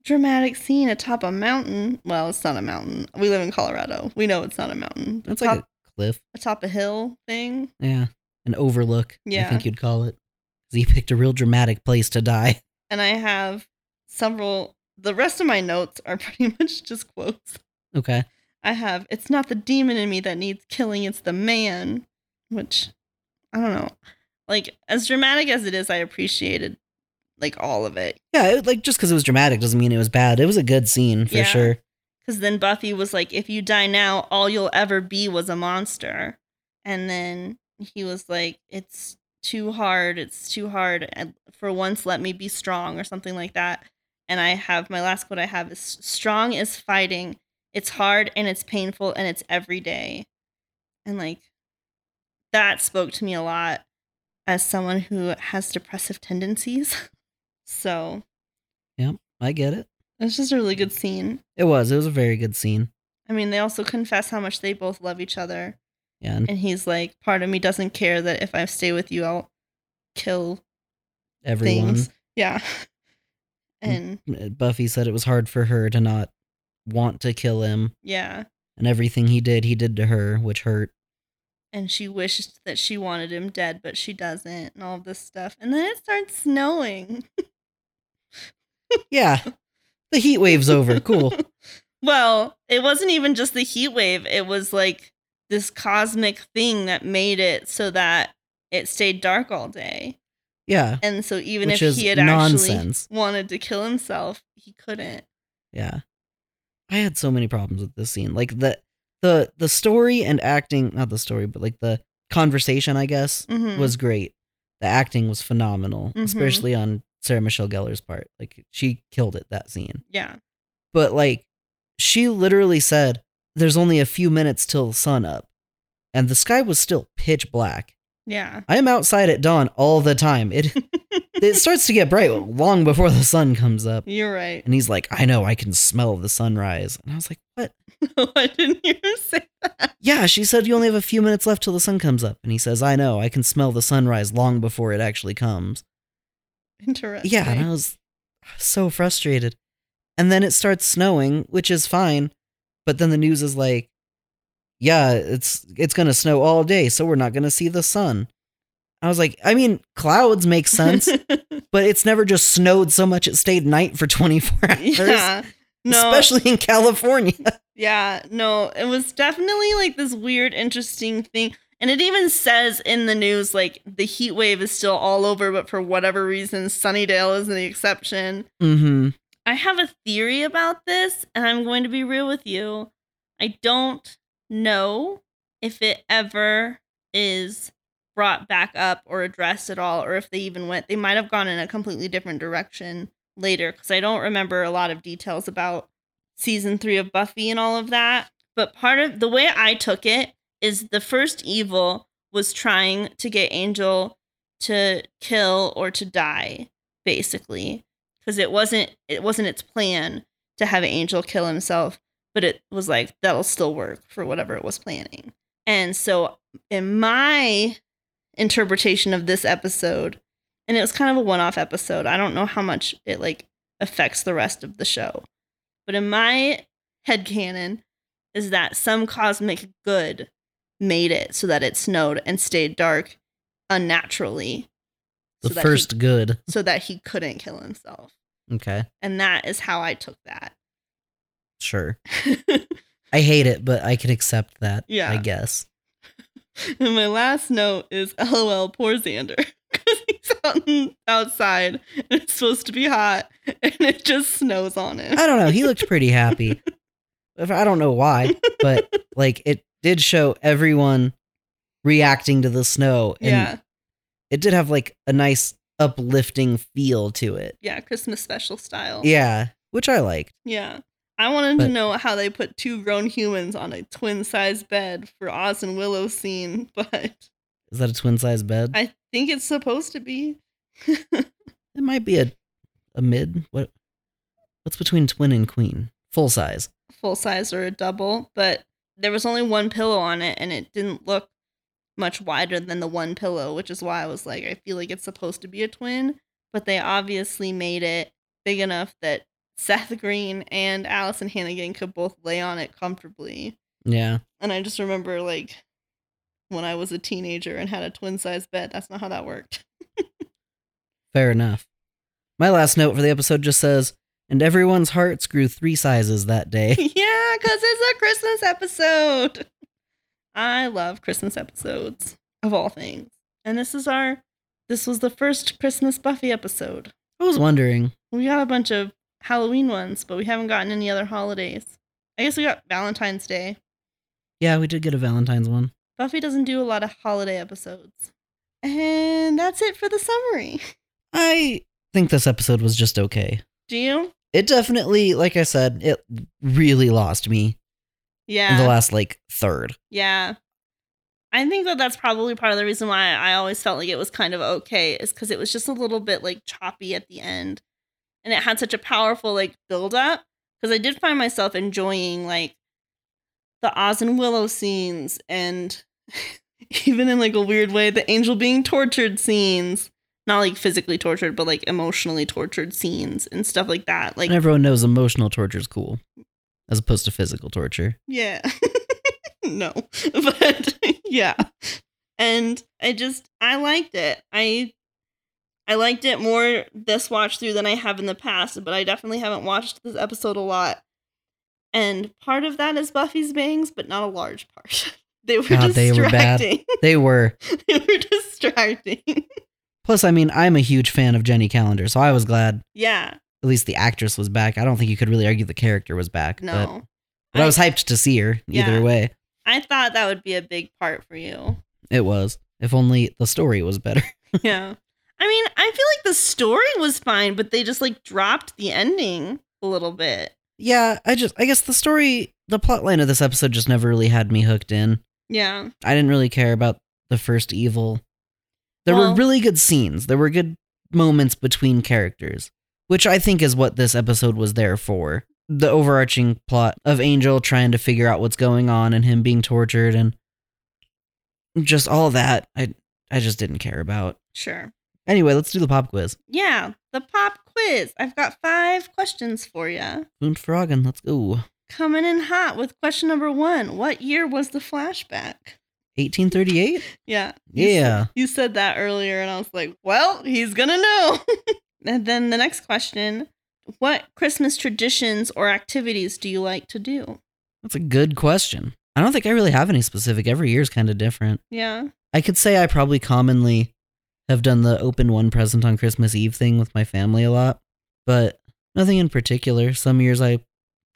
S1: dramatic scene atop a mountain. Well, it's not a mountain. We live in Colorado. We know it's not a mountain.
S2: That's
S1: atop,
S2: like a cliff.
S1: atop a hill thing.
S2: Yeah, an overlook. I
S1: Yeah.
S2: think you'd call it. 'Cause He picked a real dramatic place to die. <laughs>
S1: and I have several. The rest of my notes are <laughs> pretty much just quotes.
S2: Okay.
S1: I have, it's not the demon in me that needs killing, it's the man, which I don't know. Like, as dramatic as it is, I appreciated like all of it.
S2: Yeah, it, like just because it was dramatic doesn't mean it was bad. It was a good scene for
S1: Yeah.
S2: sure.
S1: Because then Buffy was like, if you die now, all you'll ever be was a monster. And then he was like, it's too hard. It's too hard. And for once, let me be strong or something like that. And I have my last quote I have is strong is fighting. It's hard and it's painful and it's every day. And like that spoke to me a lot as someone who has depressive tendencies. <laughs> so
S2: I get it.
S1: it's just a really good scene.
S2: It was. It was a very good scene.
S1: I mean, they also confess how much they both love each other.
S2: Yeah, and
S1: And he's like, part of me doesn't care that if I stay with you, I'll kill
S2: everyone. Hmm.
S1: things. Yeah. And
S2: Buffy said it was hard for her to not want to kill him,
S1: yeah.
S2: and everything he did, he did to her, which hurt.
S1: And she wished that she wanted him dead, but she doesn't, and all this stuff. And then it starts snowing. <laughs>
S2: Yeah. The heat wave's over. Cool.
S1: well, it wasn't even just the heat wave, it was like this cosmic thing that made it so that it stayed dark all day.
S2: Yeah.
S1: And so even
S2: Which
S1: if
S2: is
S1: he had
S2: nonsense.
S1: actually wanted to kill himself, he couldn't.
S2: Yeah. I had so many problems with this scene. Like the the the story and acting, not the story, but like the conversation, I guess,
S1: Mhm.
S2: was great. The acting was phenomenal,
S1: Mhm.
S2: especially on Sarah Michelle Gellar's part. Like she killed it that scene.
S1: yeah.
S2: but like she literally said there's only a few minutes till sun up and the sky was still pitch black
S1: Yeah.
S2: i am outside at dawn all the time it it starts to get bright long before the sun comes up
S1: You're right. <laughs>
S2: and he's like i know i can smell the sunrise and i was like what
S1: No, I didn't hear her say.
S2: yeah she said you only have a few minutes left till the sun comes up and he says i know i can smell the sunrise long before it actually comes
S1: Interesting.
S2: yeah and i was so frustrated and then it starts snowing which is fine but then the news is like yeah it's it's gonna snow all day so we're not gonna see the sun i was like i mean
S1: <laughs>
S2: clouds make sense but it's never just snowed so much it stayed night for 24
S1: <laughs>
S2: hours
S1: yeah. No.
S2: especially
S1: <laughs>
S2: in california
S1: yeah. No. It was definitely like this weird, interesting thing. And it even says in the news like the heat wave is still all over, but for whatever reason, Sunnydale is the exception.
S2: mm-hmm
S1: I have a theory about this, and I'm going to be real with you. I don't know if it ever is brought back up or addressed at all, or if they even went. They might have gone in a completely different direction later because I don't remember a lot of details about season three of Buffy and all of that. But part of the way I took it is the first evil was trying to get Angel to kill or to die, basically, because it wasn't it wasn't its plan to have Angel kill himself, but it was like that'll still work for whatever it was planning. And so, in my interpretation of this episode, and it was kind of a one-off episode. I don't know how much it like affects the rest of the show. But in my head canon is that some cosmic good made it so that it snowed and stayed dark unnaturally
S2: The
S1: so that he-
S2: first good.
S1: so that he couldn't kill himself.
S2: Okay.
S1: And that is how I took that. <laughs>
S2: Sure. I hate it, but I can accept that.
S1: Yeah.
S2: I guess.
S1: And my last note is LOL, poor Xander. <laughs> Because he's out in- outside and it's supposed to be hot and it just snows on him.
S2: I don't know. He looked pretty happy. If- I don't know why, but like it did show everyone reacting to the snow. And
S1: yeah.
S2: it did have like a nice uplifting feel to it.
S1: Yeah. Christmas special style.
S2: Yeah. Which I liked.
S1: Yeah. I wanted to
S2: But-
S1: know how they put two grown humans on a twin sized bed for Oz and Willow scene, <laughs> but
S2: Is that a twin size bed?
S1: I think it's supposed to be.
S2: it might be a a mid. What what's between twin and queen? Full size.
S1: full size or a double, but there was only one pillow on it and it didn't look much wider than the one pillow, which is why I was like, I feel like it's supposed to be a twin, but they obviously made it big enough that Seth <laughs> Green and Allison Hannigan could both lay on it comfortably.
S2: Yeah.
S1: And I just remember like when I was a teenager and had a twin size bed, that's not how that worked.
S2: Fair enough. My last note for the episode just says, and everyone's hearts grew three sizes
S1: <laughs>
S2: that
S1: yeah,
S2: day. <laughs>
S1: because it's a Christmas episode. I love Christmas episodes of all things. And this is our this was the first Christmas Buffy episode.
S2: I was wondering.
S1: We got a bunch of Halloween ones, but we haven't gotten any other holidays. I guess we got Valentine's Day.
S2: Yeah, we did get a Valentine's one.
S1: Buffy doesn't do a lot of holiday episodes. And that's it for the summary. <laughs>
S2: I think this episode was just okay.
S1: Do you?
S2: It definitely, like I said, it really lost me in
S1: Yeah.
S2: the last like third.
S1: Yeah. I think that that's probably part of the reason why I always felt like it was kind of okay is because it was just a little bit like choppy at the end. And it had such a powerful like build up because I did find myself enjoying like the Oz and Willow scenes and <laughs> even in like a weird way the angel being tortured scenes, not like physically tortured but like emotionally tortured scenes and stuff like that. Like
S2: And everyone knows emotional torture is cool, as opposed to
S1: <laughs>
S2: physical torture.
S1: Yeah. no. <laughs> But <laughs> yeah. And I just I liked it. I I liked it more this watch through than I have in the past, but I definitely haven't watched this episode a lot. And part of that is Buffy's bangs, but not a large part. <laughs> They were
S2: God, they were bad.
S1: distracting. <laughs>
S2: They were.
S1: They were, distracting. <laughs>
S2: Plus, I mean, I'm a huge fan of Jenny Calendar, so I was glad
S1: yeah.
S2: at least the actress was back. I don't think you could really argue the character was back.
S1: No.
S2: But, but I, was hyped to see her either
S1: Yeah.
S2: way.
S1: I thought that would be a big part for you.
S2: It was. If only the story was better. <laughs>
S1: yeah. I mean, I feel like the story was fine, but they just like dropped the ending a little bit.
S2: yeah, I just, I guess the story, the plot line of this episode just never really had me hooked in.
S1: Yeah.
S2: I didn't really care about the first evil. There
S1: Well-
S2: were really good scenes. There were good moments between characters, which I think is what this episode was there for. The overarching plot of Angel trying to figure out what's going on and him being tortured and just all that. I I just didn't care about.
S1: Sure.
S2: Anyway, let's do the pop quiz.
S1: Yeah. The pop quiz. I've got five questions for you.
S2: Und Fragen, let's go.
S1: Coming in hot with question number one What year was the flashback?
S2: 1838?
S1: Yeah. You s-
S2: Yeah.
S1: You said that earlier, and I was like, well, he's going to know. <laughs> and then the next question What Christmas traditions or activities do you like to do?
S2: That's a good question. I don't think I really have any specific. Every year's kind of different.
S1: Yeah.
S2: I could say I probably commonly have done the open one present on Christmas Eve thing with my family a lot, but nothing in particular. Some years I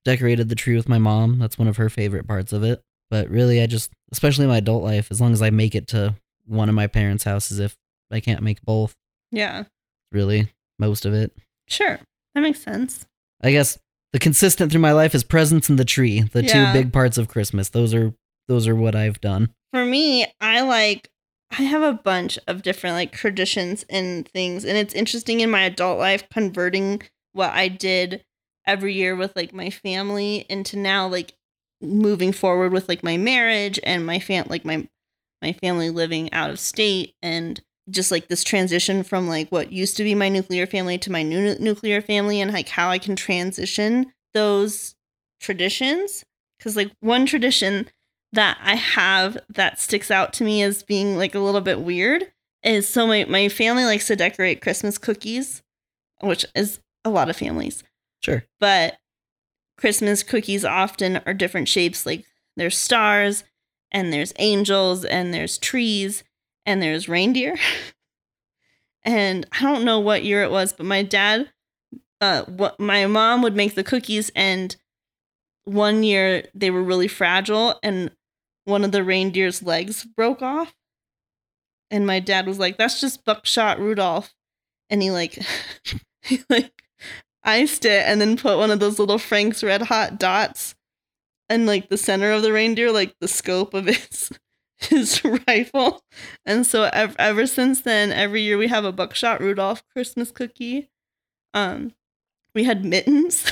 S2: decorated the tree with my mom. That's one of her favorite parts of it. But really, I just, especially in my adult life, as long as I make it to one of my parents' houses, if I can't make both,
S1: Yeah.
S2: really, most of it.
S1: Sure. That makes sense.
S2: I guess the consistent through my life is presents and the tree, the
S1: Yeah.
S2: two big parts of Christmas. Those are those are what I've done.
S1: For me, I like I have a bunch of different like traditions and things and it's interesting in my adult life converting what I did every year with like my family into now like moving forward with like my marriage and my fam like my my family living out of state and just like this transition from like what used to be my nuclear family to my new nuclear family and like how I can transition those traditions cuz like one tradition that I have that sticks out to me as being like a little bit weird is so my my family likes to decorate Christmas cookies which is a lot of families
S2: Sure.
S1: but Christmas cookies often are different shapes. Like there's stars, and there's angels, and there's trees, and there's reindeer. <laughs> and I don't know what year it was, but my dad, uh, what my mom would make the cookies, and one year they were really fragile, and one of the reindeer's legs broke off. And my dad was like, "That's just buckshot Rudolph," and he like, <laughs> he like iced it and then put one of those little Frank's red hot dots in like the center of the reindeer, like the scope of <laughs> his his rifle. And so ever, ever since then, every year we have a buckshot Rudolph Christmas cookie. Um, we had mittens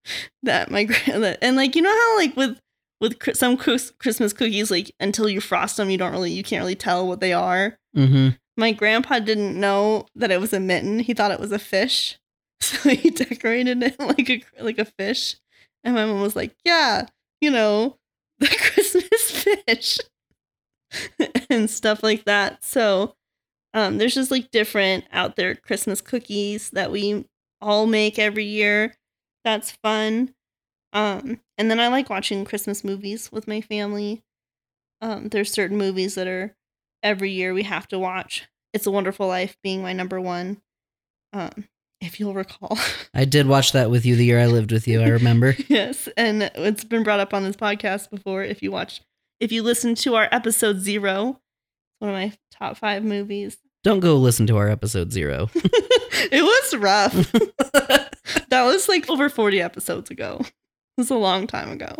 S1: <laughs> that my <laughs> grandma and like you know how like with with Chri- some Chris- Christmas cookies like until you frost them you don't really you can't really tell what they are.
S2: Mm-hmm.
S1: My grandpa didn't know that it was a mitten. He thought it was a fish. <laughs> So he decorated it like a like a fish. And my mom was like, "Yeah, you know, <laughs> the Christmas fish." <laughs> and stuff like that. So um there's just like different out there Christmas cookies that we all make every year. That's fun. Um and then I like watching Christmas movies with my family. Um there's certain movies that are every year we have to watch It's a Wonderful Life being my number one. Um, if you'll recall. <laughs>
S2: I did watch that with you the year I lived with you. I remember.
S1: yes. And it's been brought up on this podcast before. If you watch, if you listen to our episode zero, it's one of my top five movies. <laughs>
S2: Don't go listen to our episode zero.
S1: it was rough. <laughs> that was like over 40 episodes ago. It was a long time ago.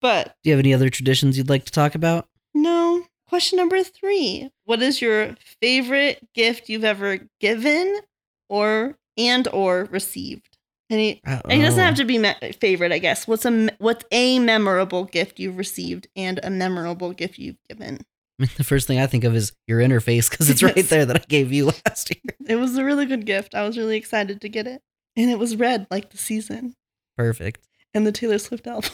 S1: But
S2: Do you have any other traditions you'd like to talk about?
S1: no. Question number three. What is your favorite gift you've ever given or and or received? Any It doesn't
S2: Oh.
S1: have to be me- favorite, I guess. What's a me- what's a memorable gift you've received and a memorable gift you've given?
S2: I mean, the first thing I think of is your interface because it's right
S1: Yes.
S2: there that I gave you <laughs> last year.
S1: It was a really good gift. I was really excited to get it, and it was red like the season
S2: Perfect.
S1: and the Taylor Swift album.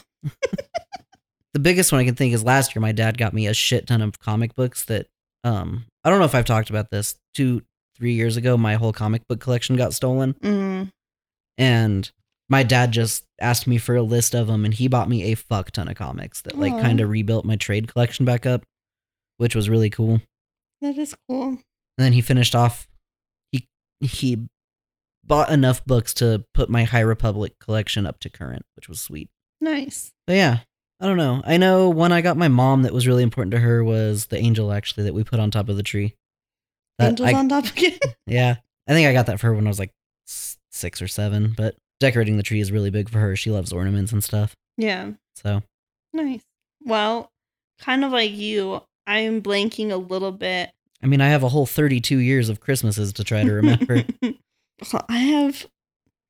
S2: The biggest one I can think is last year my dad got me a shit ton of comic books that um I don't know if I've talked about this. Two, three years ago, my whole comic book collection got stolen.
S1: Mm,
S2: And my dad just asked me for a list of them and he bought me a fuck ton of comics that like
S1: Aw.
S2: kind of rebuilt my trade collection back up, which was really cool.
S1: that is cool.
S2: And then he finished off. He he bought enough books to put my High Republic collection up to current, which was sweet.
S1: Nice.
S2: But yeah, I don't know. I know one I got my mom that was really important to her was the angel actually that we put on top of the tree. That
S1: Angels
S2: I-
S1: on top
S2: <laughs>
S1: again. <laughs>
S2: yeah, I think I got that for her when I was like s- six or seven. But decorating the tree is really big for her. She loves ornaments and stuff.
S1: yeah.
S2: So
S1: Nice. Well, kind of like you, I'm blanking a little bit
S2: I mean, I have a whole thirty-two years of Christmases to try
S1: <laughs>
S2: to remember.
S1: Well, I have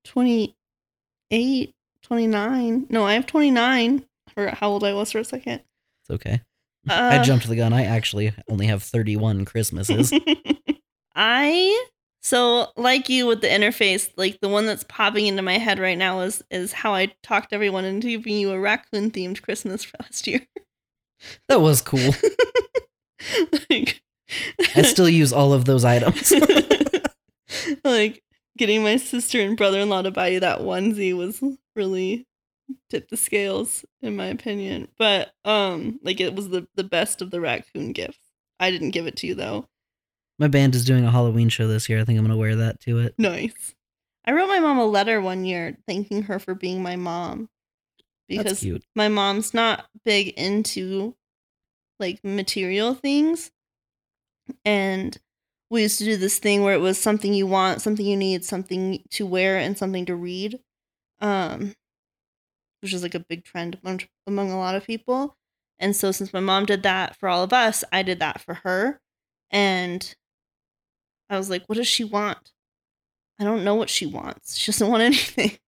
S1: 28, 29. No, I have 29. Or how old I was for a second.
S2: it's okay.
S1: Uh, <laughs>
S2: I jumped the gun. I actually only have thirty-one Christmases.
S1: I so like you with the interface, like the one that's popping into my head right now is is how I talked everyone into giving you a raccoon themed Christmas last year. <laughs>
S2: that was cool.
S1: like, <laughs>
S2: I still use all of those items.
S1: like getting my sister and brother in law to buy you that onesie was really tipped the scales in my opinion. But um like it was the the best of the raccoon gifts. I didn't give it to you though.
S2: My band is doing a Halloween show this year. I think I'm gonna wear that to it.
S1: Nice. I wrote my mom a letter one year thanking her for being my mom.
S2: That's
S1: because
S2: cute.
S1: my mom's not big into like material things. And we used to do this thing where it was something you want, something you need, something to wear, and something to read, um, which is like a big trend among, among a lot of people. And so, since my mom did that for all of us, I did that for her. And I was like, what does she want? I don't know what she wants. She doesn't want <laughs> anything.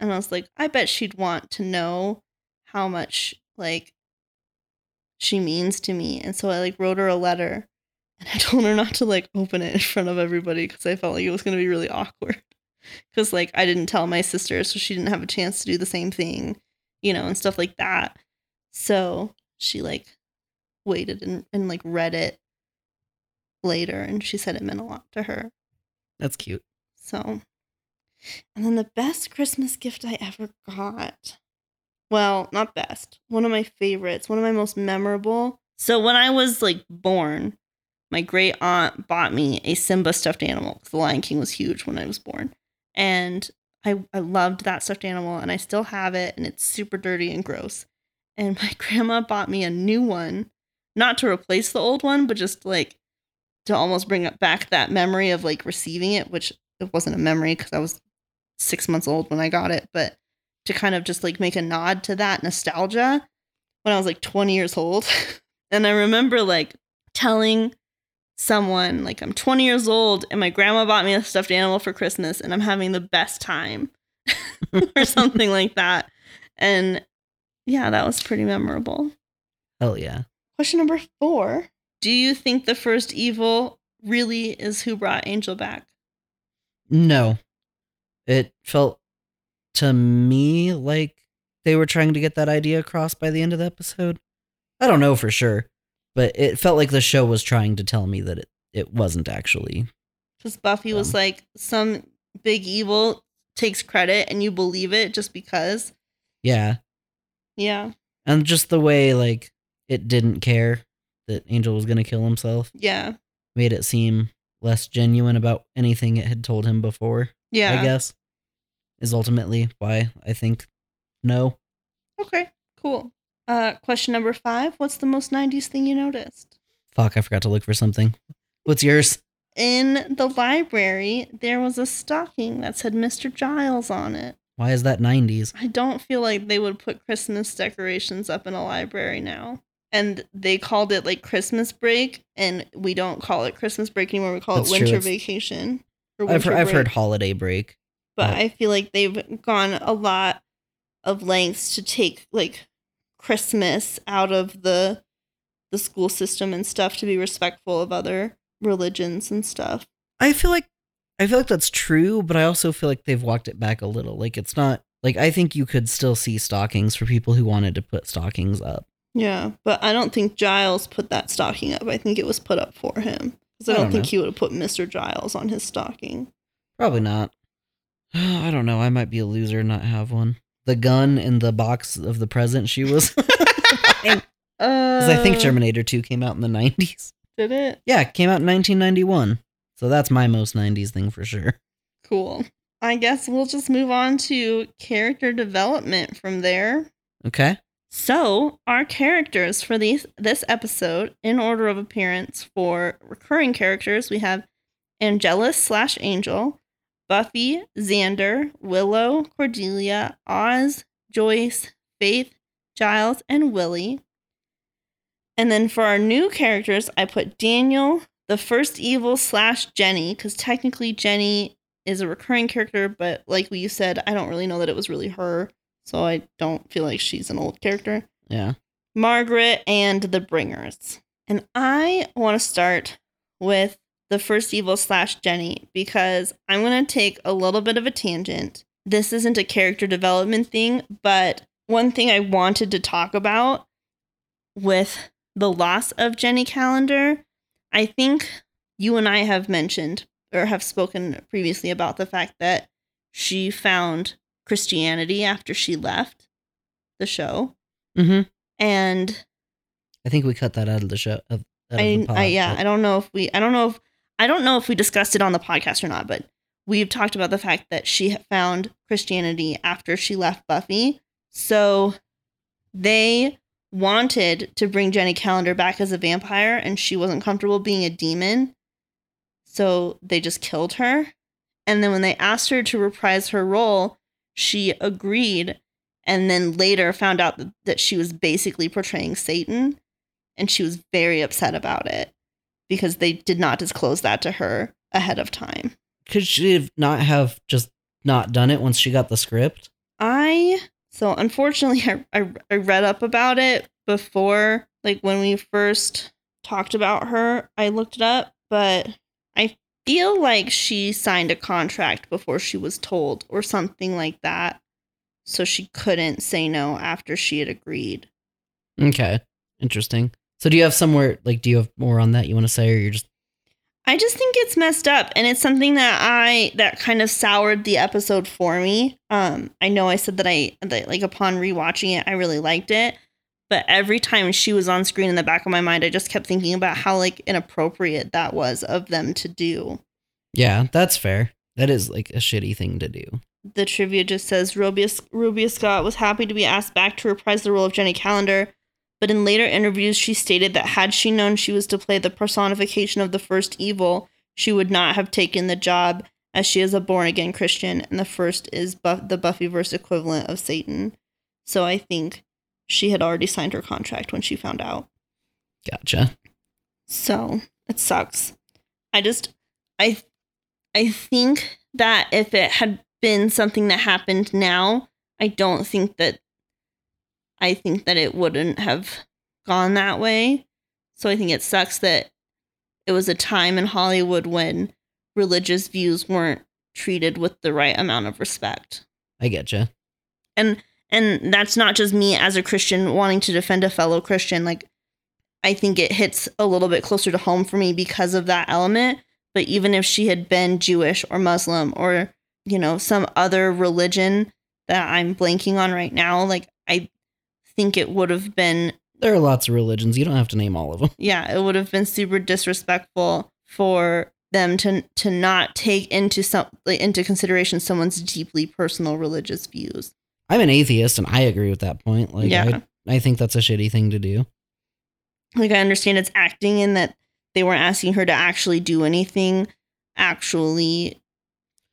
S1: And I was like, I bet she'd want to know how much like she means to me. And so I like wrote her a letter and I <laughs> told her not to like open it in front of everybody because I felt like it was going to be really awkward. Because like I didn't tell my sister, so she didn't have a chance to do the same thing, you know, and stuff like that. So she like waited and, and like read it later and she said it meant a lot to her.
S2: That's cute.
S1: So, and then the best Christmas gift I ever got. Well, not best. One of my favorites, one of my most memorable. So, when I was like born, my great aunt bought me a Simba stuffed animal. 'cause The Lion King was huge when I was born. And I, I loved that stuffed animal and I still have it and it's super dirty and gross. And <laughs> my grandma bought me a new one, not to replace the old one, but just like to almost bring up back that memory of like receiving it, which it wasn't a memory because I was six months old when I got it, but to kind of just like make a nod to that nostalgia when I was like 20 years old. <laughs> and I remember like telling someone, like, I'm 20 years old and my grandma bought me a stuffed animal for Christmas and I'm having the best time <laughs> or something like that. And yeah, that was pretty memorable.
S2: Hell yeah.
S1: Question number four Do you think the first evil really is who brought Angel back?
S2: No. It felt to me like they were trying to get that idea across by the end of the episode. I don't know for sure, but it felt like the show was trying to tell me that it, it wasn't actually.
S1: Because Buffy was
S2: Yeah.
S1: like, some big evil takes credit and you believe it just because.
S2: Yeah.
S1: Yeah.
S2: And just the way like it didn't care that Angel was going to kill himself
S1: Yeah.
S2: made it seem less genuine about anything it had told him before,
S1: Yeah.
S2: I guess. Is ultimately why I think no.
S1: Okay. Cool. Uh, question number five What's the most 90s thing you noticed?
S2: Fuck, I forgot to look for something. What's yours?
S1: In the library, there was a stocking that said Mr. Giles on it.
S2: Why is that 90s?
S1: I don't feel like they would put Christmas decorations up in a library now. And they called it like Christmas break, and we don't call it Christmas break anymore. We call
S2: That's
S1: it
S2: true,
S1: winter
S2: it's-
S1: vacation. Or
S2: I've,
S1: winter
S2: heard, I've
S1: break.
S2: heard holiday break.
S1: but
S2: Right.
S1: I feel like they've gone a lot of lengths to take like Christmas out of the the school system and stuff to be respectful of other religions and stuff.
S2: I feel like I feel like that's true, but I also feel like they've walked it back a little. Like it's not like I think you could still see stockings for people who wanted to put stockings up.
S1: Yeah, but I don't think Giles put that stocking up. I think it was put up for him because I,
S2: I
S1: don't
S2: don't
S1: think
S2: know.
S1: he would have put Mister Giles on his stocking.
S2: Probably not. <sighs> I don't know. I might be a loser and not have one. The gun in the box of the present she was. <laughs> 'Cause
S1: Because
S2: Uh, I think Terminator 2 came out in the 90s.
S1: did it.
S2: Yeah, it came out in 1991. So that's my most 90s thing for sure.
S1: Cool. I guess we'll just move on to character development from there.
S2: Okay.
S1: So, our characters for these this episode, in order of appearance for recurring characters, we have Angelus slash Angel, Buffy, Xander, Willow, Cordelia, Oz, Joyce, Faith, Giles, and Willie. And then for our new characters, I put Daniel, the first evil slash Jenny, because technically Jenny is a recurring character, but like you said, I don't really know that it was really her so I don't feel like she's an old character.
S2: Yeah.
S1: Margaret and the Bringers. And I want to start with the first evil slash Jenny because I'm going to take a little bit of a tangent. This isn't a character development thing, but one thing I wanted to talk about with the loss of Jenny Calendar, I think you and I have mentioned or have spoken previously about the fact that she found Christianity after she left the show.
S2: Mm-hmm.
S1: And
S2: I think we cut that out of the show. Of, out of
S1: I,
S2: the pod,
S1: I yeah,
S2: but-
S1: I don't know if we I don't know if I don't know if we discussed it on the podcast or not, but we've talked about the fact that she had found Christianity after she left Buffy. So they wanted to bring Jenny Calendar back as a vampire, and she wasn't comfortable being a demon. So they just killed her. And then when they asked her to reprise her role, she agreed. And then later found out th- that she was basically portraying Satan. And she was very upset about it because they did not disclose that to her ahead of time.
S2: Could she have not have just not done it once she got the script?
S1: I so unfortunately <laughs> I, I I read up about it before like when we first talked about her I looked it up but I feel like she signed a contract before she was told or something like that so she couldn't say no after she had agreed
S2: Okay. Interesting. So do you have somewhere like do you have more on that you want to say or you're just
S1: I just think it's messed up and it's something that I that kind of soured the episode for me. Um I know I said that I that like upon rewatching it I really liked it, but every time she was on screen in the back of my mind I just kept thinking about how like inappropriate that was of them to do.
S2: Yeah, that's fair. That is like a shitty thing to do.
S1: The trivia just says Rubius Rubia Scott was happy to be asked back to reprise the role of Jenny Calendar, but in later interviews she stated that had she known she was to play the personification of the first evil, she would not have taken the job as she is a born again Christian and the first is Buff- the Buffyverse equivalent of Satan. So I think she had already signed her contract when she found out.
S2: Gotcha.
S1: So it sucks. I just I I think that if it had been something that happened now, I don't think that I think that it wouldn't have gone that way. So I think it sucks that it was a time in Hollywood when religious views weren't treated with the right amount of respect
S2: I getcha.
S1: and that's not just me as a christian wanting to defend a fellow christian like i think it hits a little bit closer to home for me because of that element but even if she had been jewish or muslim or you know some other religion that i'm blanking on right now like i think it would have been
S2: There are lots of religions. You don't have to name all of them.
S1: yeah, it would have been super disrespectful for them to to not take into some like, into consideration someone's deeply personal religious views.
S2: I'm an atheist and I agree with that point. Like
S1: Yeah.
S2: I, I think that's a shitty thing to do.
S1: like I understand it's acting and that they weren't asking her to actually do anything actually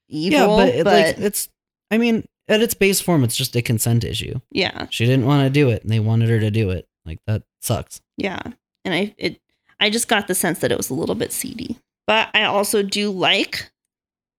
S1: evil.
S2: yeah, but,
S1: but,
S2: it, like it's I mean, at its base form it's just a consent issue.
S1: yeah,
S2: She didn't want to do it and they wanted her to do it. Like that sucks.
S1: yeah. And I it I just got the sense that it was a little bit seedy. But I also do like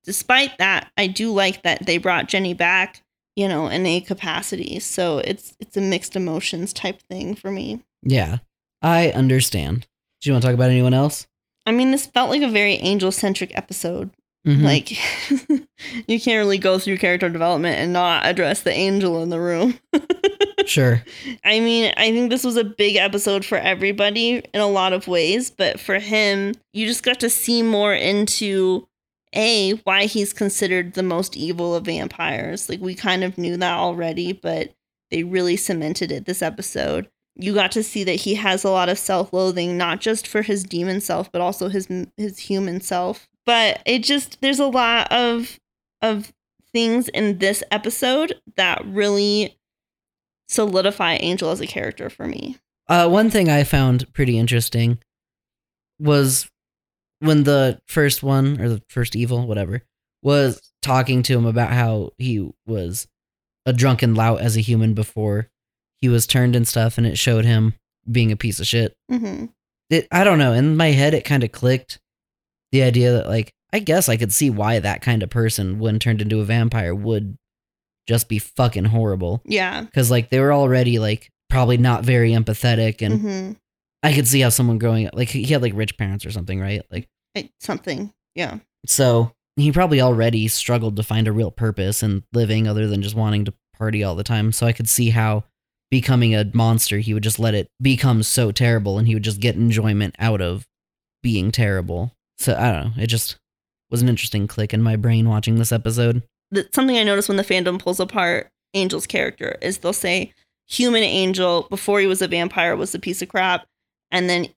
S1: despite that, I do like that they brought Jenny back, you know, in a capacity. So it's it's a mixed emotions type thing for me.
S2: Yeah. I understand. Do you want to talk about anyone else?
S1: I mean, this felt like a very angel centric episode.
S2: Mhm.
S1: Like, <laughs> you can't really go through character development and not address the angel in the room. <laughs>
S2: sure.
S1: I mean, I think this was a big episode for everybody in a lot of ways, but for him, you just got to see more into A, why he's considered the most evil of vampires. Like, we kind of knew that already, but they really cemented it this episode. You got to see that he has a lot of self loathing, not just for his demon self, but also his his human self. But it just there's a lot of of things in this episode that really solidify Angel as a character for me.
S2: Uh, one thing I found pretty interesting was when the first one or the first evil, whatever, was talking to him about how he was a drunken lout as a human before he was turned and stuff, and it showed him being a piece of shit.
S1: hmm
S2: It, I don't know. In my head, it kind of clicked the idea that, like, I guess I could see why that kind of person, when turned into a vampire, would just be fucking horrible.
S1: Yeah.
S2: Cause, like, they were already, like, probably not very empathetic and
S1: hmm
S2: I could see how someone growing up, like he had like rich parents or something, right? Like
S1: something. Yeah.
S2: so he probably already struggled to find a real purpose in living other than just wanting to party all the time. So I could see how becoming a monster, he would just let it become so terrible and he would just get enjoyment out of being terrible. So I don't know. It just was an interesting click in my brain watching this episode.
S1: That something I noticed when the fandom pulls apart Angel's character is they'll say human Angel before he was a vampire was a piece of crap, and then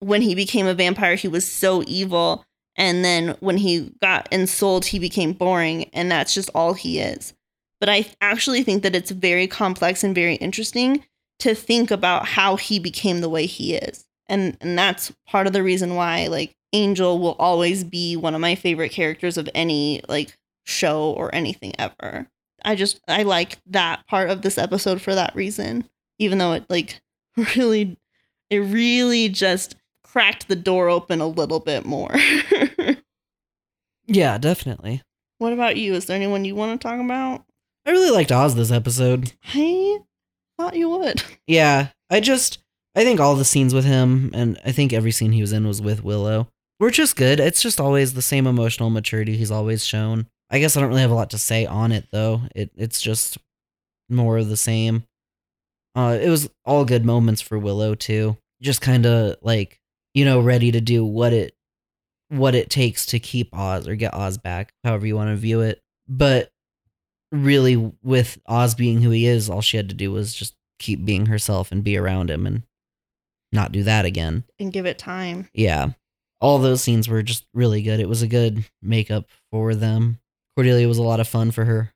S1: when he became a vampire he was so evil, and then when he got ensouled he became boring, and that's just all he is. but I actually think that it's very complex and very interesting to think about how he became the way he is. And and that's part of the reason why like Angel will always be one of my favorite characters of any like show or anything ever. I just I like that part of this episode for that reason, even though it like <laughs> really it really just cracked the door open a little bit more. <laughs>
S2: Yeah, definitely.
S1: what about you? Is there anyone you want to talk about?
S2: I really liked Oz this episode.
S1: I thought you would.
S2: Yeah, I just I think all the scenes with him and I think every scene he was in was with Willow. We're just good. It's just always the same emotional maturity he's always shown. I guess I don't really have a lot to say on it though. It it's just more of the same. Uh it was all good moments for Willow too. Just kind of like, you know, ready to do what it what it takes to keep Oz or get Oz back, however you want to view it. But really with Oz being who he is, all she had to do was just keep being herself and be around him and not do that again.
S1: And give it time.
S2: Yeah. All those scenes were just really good. It was a good makeup for them. Cordelia was a lot of fun for her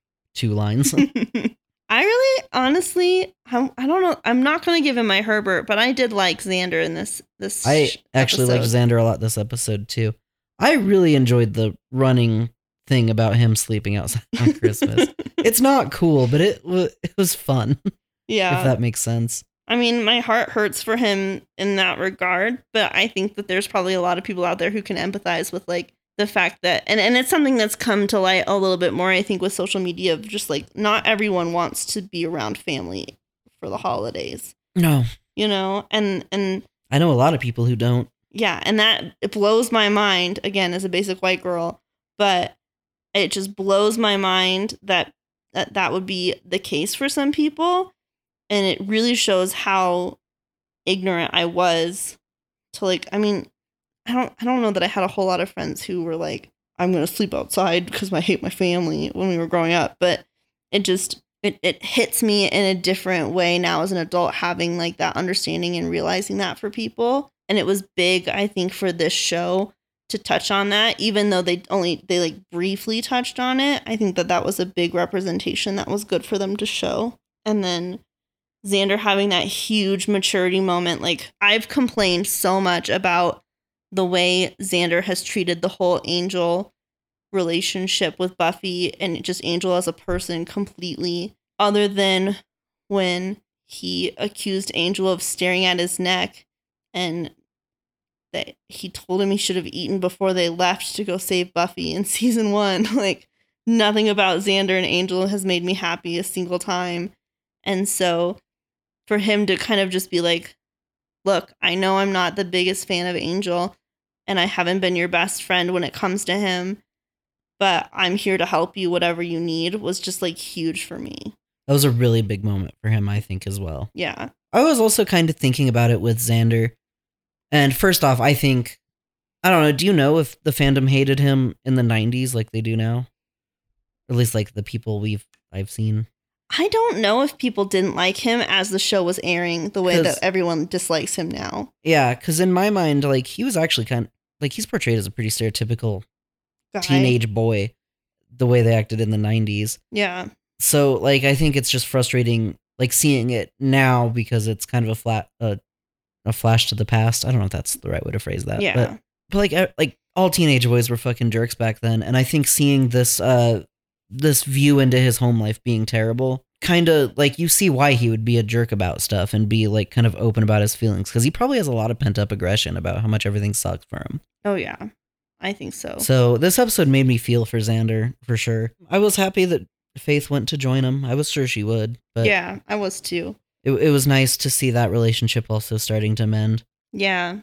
S1: <laughs>
S2: two lines.
S1: <laughs> I really, honestly, I'm, I don't know. I'm not going to give him my Herbert, but I did like Xander in this. This
S2: I
S1: sh-
S2: actually liked
S1: episode.
S2: Xander a lot this episode too. I really enjoyed the running thing about him sleeping outside <laughs>
S1: <laughs>
S2: on Christmas. it's not cool, but it wa it was fun <laughs>
S1: yeah.
S2: if that makes sense.
S1: I mean, my heart hurts for him in that regard, but I think that there's probably a lot of people out there who can empathize with like the fact that and, and it's something that's come to light a little bit more, I think, with social media of just like not everyone wants to be around family for the holidays,
S2: No,
S1: you know? And and
S2: I know a lot of people who don't.
S1: yeah, and that it blows my mind again as a basic white girl, but it just blows my mind that that, that would be the case for some people, and it really shows how ignorant I was to like I mean, I don't I don't know that I had a whole lot of friends who were like I'm going to sleep outside because I hate my family when we were growing up, but it just it, it hits me in a different way now as an adult having like that understanding and realizing that for people and it was big i think for this show to touch on that even though they only they like briefly touched on it i think that that was a big representation that was good for them to show and then xander having that huge maturity moment like i've complained so much about the way xander has treated the whole angel relationship with Buffy and just Angel as a person completely, other than when he accused Angel of staring at his neck and that he told him he should have eaten before they left to go save Buffy in <laughs> season one. Like, nothing about Xander and Angel has made me happy a single time. And so for him to kind of just be like, look, I know I'm not the biggest fan of Angel and I haven't been your best friend when it comes to him but I'm here to help you whatever you need was just like huge for me.
S2: That was a really big moment for him, I think, as well.
S1: Yeah.
S2: I was also kind of thinking about it with Xander. And first off, I think I don't know, do you know if the fandom hated him in the 90s like they do now? Or at least like the people we've I've seen.
S1: I don't know if people didn't like him as the show was airing the way
S2: 'Cause-
S1: that everyone dislikes him now.
S2: Yeah, cuz in my mind like he was actually kind like he's portrayed as a pretty stereotypical
S1: Guy.
S2: teenage boy the way they acted in the 90s.
S1: Yeah.
S2: So like I think it's just frustrating like seeing it now because it's kind of a flat uh, a flash to the past. I don't know if that's the right way to phrase that.
S1: yeah.
S2: but- but like uh, like all teenage boys were fucking jerks back then and i think seeing this uh this view into his home life being terrible kind of like you see why he would be a jerk about stuff and be like kind of open about his feelings because he probably has a lot of pent up aggression about how much everything sucks for him
S1: oh yeah. I think so.
S2: so this episode made me feel for xander for sure i was happy that faith went to join him i was sure she would but
S1: yeah, I was too.
S2: it, it was nice to see that relationship also starting to mend
S1: Yeah.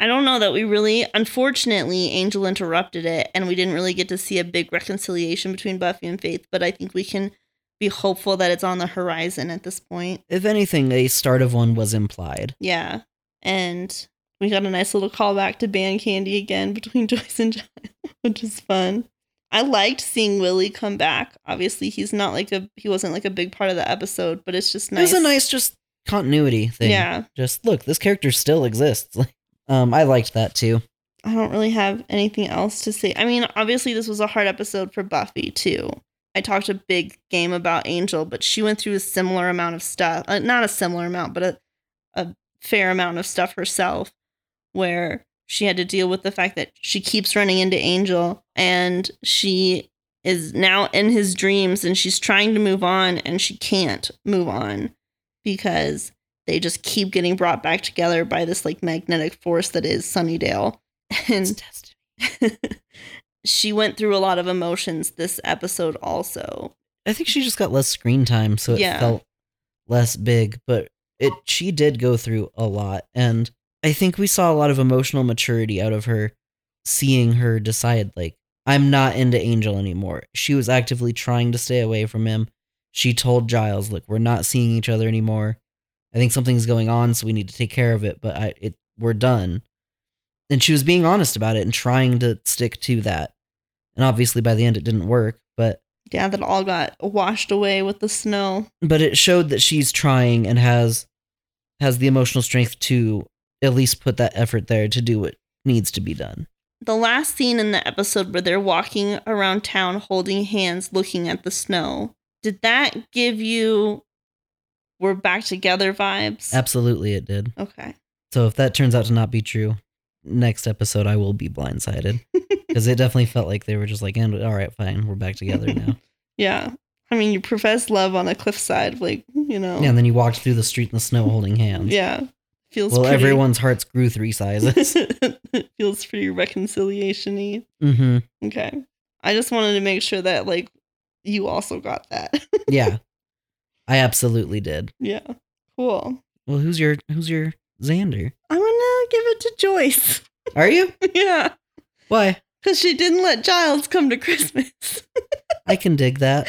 S1: I don't know that we really unfortunately Angel interrupted it and we didn't really get to see a big reconciliation between Buffy and Faith, but I think we can be hopeful that it's on the horizon at this point.
S2: if anything a start of one was implied
S1: Yeah. And we got a nice little callback to band candy again between <laughs> Joyce and John, which is fun. I liked seeing Willie come back. Obviously, he's not like a he wasn't like a big part of the episode, but it's just nice.
S2: it was a nice just continuity thing
S1: Yeah.
S2: just look this character still exists <laughs> Like, um i liked that too
S1: I don't really have anything else to say. I mean, obviously this was a hard episode for Buffy too. I talked a big game about Angel, but she went through a similar amount of stuff. Uh, not a similar amount, but a, a fair amount of stuff herself where she had to deal with the fact that she keeps running into Angel and she is now in his dreams and she's trying to move on and she can't move on because they just keep getting brought back together by this like magnetic force that is Sunnydale. <laughs> And <laughs> she went through a lot of emotions this episode also.
S2: I think she just got less screen time, so it
S1: Yeah.
S2: felt less big, but it she did go through a lot and I think we saw a lot of emotional maturity out of her seeing her decide like I'm not into Angel anymore. She was actively trying to stay away from him. She told Giles, "Look, we're not seeing each other anymore. I think something's going on, so we need to take care of it, but I it we're done." And she was being honest about it and trying to stick to that. And obviously by the end it didn't work, but
S1: Yeah, that all got washed away with the snow.
S2: but it showed that she's trying and has has the emotional strength to at least put that effort there to do what needs to be done.
S1: The last scene in the episode where they're walking around town holding hands looking at the snow. Did that give you we're back together vibes?
S2: Absolutely it did.
S1: Okay.
S2: So if that turns out to not be true, next episode I will
S1: <laughs>
S2: be blindsided because it definitely felt like they were just like, "And all right, fine, we're back together
S1: <laughs>
S2: now."
S1: Yeah. I mean, you profess love on a cliffside, like, you know.
S2: Yeah, and then you walked through the street in the snow holding hands.
S1: Yeah. Feels
S2: Well,
S1: pretty, <laughs>
S2: everyone's hearts grew three sizes.
S1: feels pretty reconciliation y.
S2: mm-hmm.
S1: Okay. I just wanted to make sure that, like, you also got that. <laughs>
S2: Yeah, I absolutely did.
S1: yeah. Cool.
S2: Well, who's your who's your Xander?
S1: I'm going to give it to Joyce.
S2: Are you?
S1: <laughs> yeah.
S2: Why?
S1: Because she didn't let Giles come to Christmas. <laughs>
S2: I can dig that.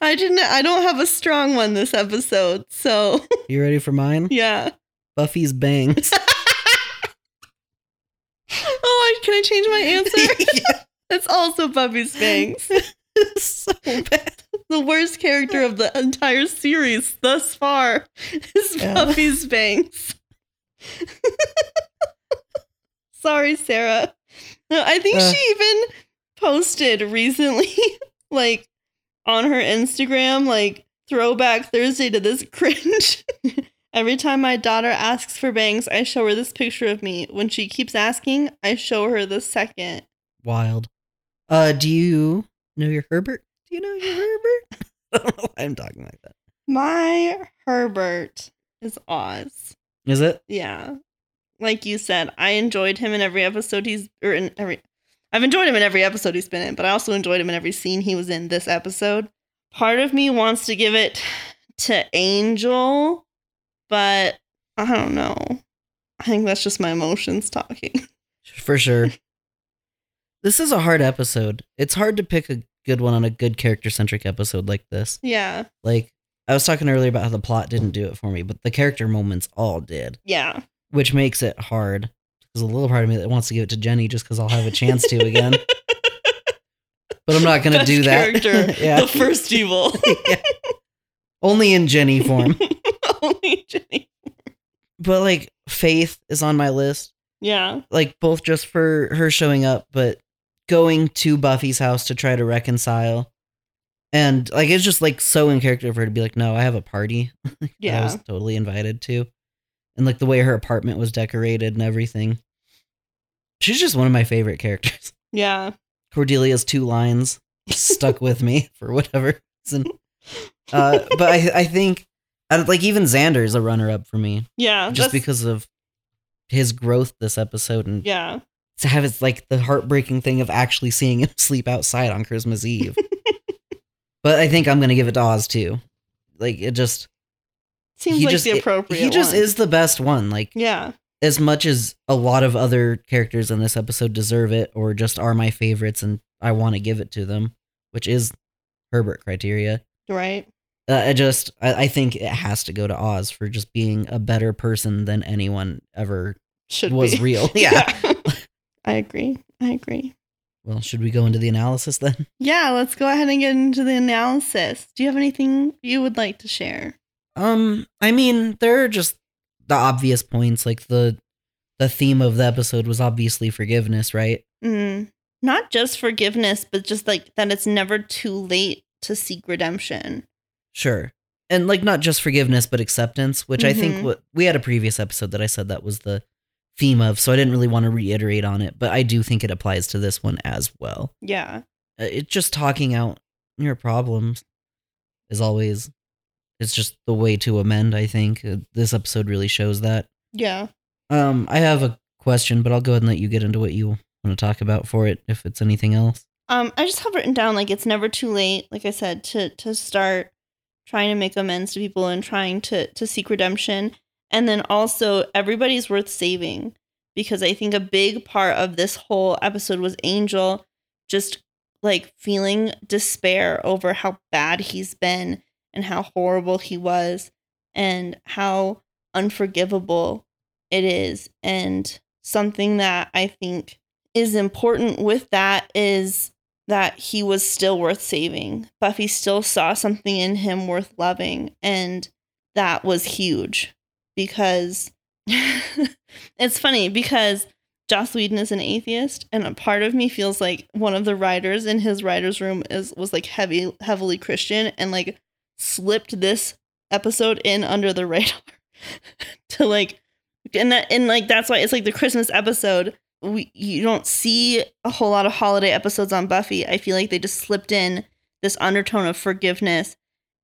S1: I didn't, I don't have a strong one this episode. So, <laughs>
S2: You ready for mine?
S1: yeah.
S2: Buffy's bangs. <laughs>
S1: Oh, I- can I change my <laughs> answer? It's also Buffy Spanks.
S2: so bad.
S1: the worst character of the entire series thus far is
S2: Yeah.
S1: Buffy Spanks. <laughs> Sorry, Sarah. No, I think
S2: Uh.
S1: she even posted recently, <laughs> like on her Instagram, like throwback Thursday to this <laughs> cringe. Every time my daughter asks for bangs, I show her this picture of me. When she keeps asking, I show her the second.
S2: Wild. Uh, do you know your Herbert? Do you know your Herbert? <laughs> I don't know why I'm talking like that.
S1: My Herbert is Oz.
S2: Is it?
S1: Yeah. Like you said, I enjoyed him in every episode he's or in every I've enjoyed him in every episode he's been in, but I also enjoyed him in every scene he was in this episode. Part of me wants to give it to Angel, but I don't know. I think that's just my emotions talking. <laughs>
S2: For sure. this is a hard episode. It's hard to pick a good one on a good character centric episode like this.
S1: Yeah.
S2: Like, I was talking earlier about how the plot didn't do it for me, but the character moments all did,
S1: Yeah.
S2: which makes it hard. There's a little part of me that wants to give it to Jenny just because I'll have a chance to again. But I'm not going to
S1: Best
S2: do that.
S1: Character,
S2: <laughs> yeah.
S1: The first evil. <laughs>
S2: Yeah. Only in Jenny form.
S1: Only Jenny.
S2: but like Faith is on my list.
S1: Yeah.
S2: Like both just for her showing up, but going to Buffy's house to try to reconcile. And like it's just like so in character for her to be like, No, I have a party that I
S1: Yeah.
S2: was totally invited to. And like the way her apartment was decorated and everything. She's just one of my favorite characters. <laughs>
S1: Yeah.
S2: Cordelia's two lines stuck with me for whatever reason. Uh, but I, I think, I- like, even Xander is a runner up for me
S1: Yeah.
S2: just
S1: that's-
S2: because of his growth this episode and
S1: Yeah.
S2: to have it's like the heartbreaking thing of actually seeing him <laughs> sleep outside on
S1: <laughs>
S2: Christmas Eve. but I think I'm going to give it to Oz too. Like, it just,
S1: Seems
S2: he
S1: like
S2: just,
S1: the
S2: it-
S1: appropriate.
S2: he just
S1: one.
S2: is the best one. Like,
S1: Yeah,
S2: as much as a lot of other characters in this episode deserve it or just are my favorites and I want to give it to them, which is Herbert criteria.
S1: right.
S2: Uh, I just I, I think it has to go to Oz for just being a better person than anyone ever
S1: Should
S2: was
S1: be. <laughs>
S2: real. Yeah.
S1: I agree. I agree.
S2: well, should we go into the analysis then?
S1: Yeah, let's go ahead and get into the analysis. Do you have anything you would like to share?
S2: Um, I mean, there are just the obvious points. Like the the theme of the episode was obviously forgiveness, right?
S1: Mm, not just forgiveness, but just like that it's never too late to seek redemption.
S2: Sure. And like not just forgiveness, but acceptance, which I
S1: Mhm.
S2: think what we had a previous episode that I said that was the theme of, so I didn't really want to reiterate on it, but I do think it applies to this one as well.
S1: Yeah.
S2: Uh, It just talking out your problems is always it's just the way to amend, I think. Uh, This episode really shows that.
S1: Yeah.
S2: Um I have a question, but I'll go ahead and let you get into what you want to talk about for it if it's anything else.
S1: Um, I just have written down like it's never too late, like I said, to to start trying to make amends to people and trying to to seek redemption. And then also everybody's worth saving because I think a big part of this whole episode was Angel just like feeling despair over how bad he's been and how horrible he was and how unforgivable it is and something that I think is important with that is that he was still worth saving. Buffy still saw something in him worth loving. And that was huge because <laughs> it's funny because Joss Whedon is an atheist, and a part of me feels like one of the writers in his writer's room is was like heavy heavily Christian and like slipped this episode in under the <laughs> radar to like and that and like that's why it's like the Christmas episode we, you don't see a whole lot of holiday episodes on Buffy. I feel like they just slipped in this undertone of forgiveness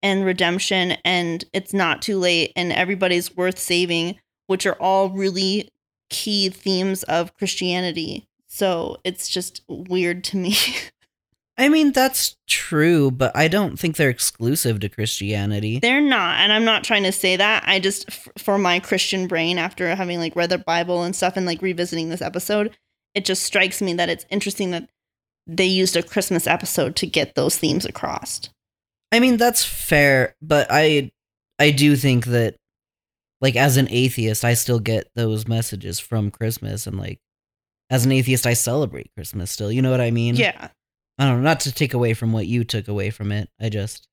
S1: and redemption, and it's not too late, and everybody's worth saving, which are all really key themes of Christianity. So it's just weird to me. <laughs>
S2: I mean, that's true, but I don't think they're exclusive to Christianity.
S1: They're not, and I'm not trying to say that. I just, f- for my Christian brain, after having like read the Bible and stuff and like revisiting this episode, it just strikes me that it's interesting that they used a Christmas episode to get those themes across.
S2: I mean, that's fair, but I I do think that like as an atheist, I still get those messages from Christmas and like as an atheist, I celebrate Christmas still. You know what I mean?
S1: Yeah.
S2: I don't know, not to take away from what you took away from it. I just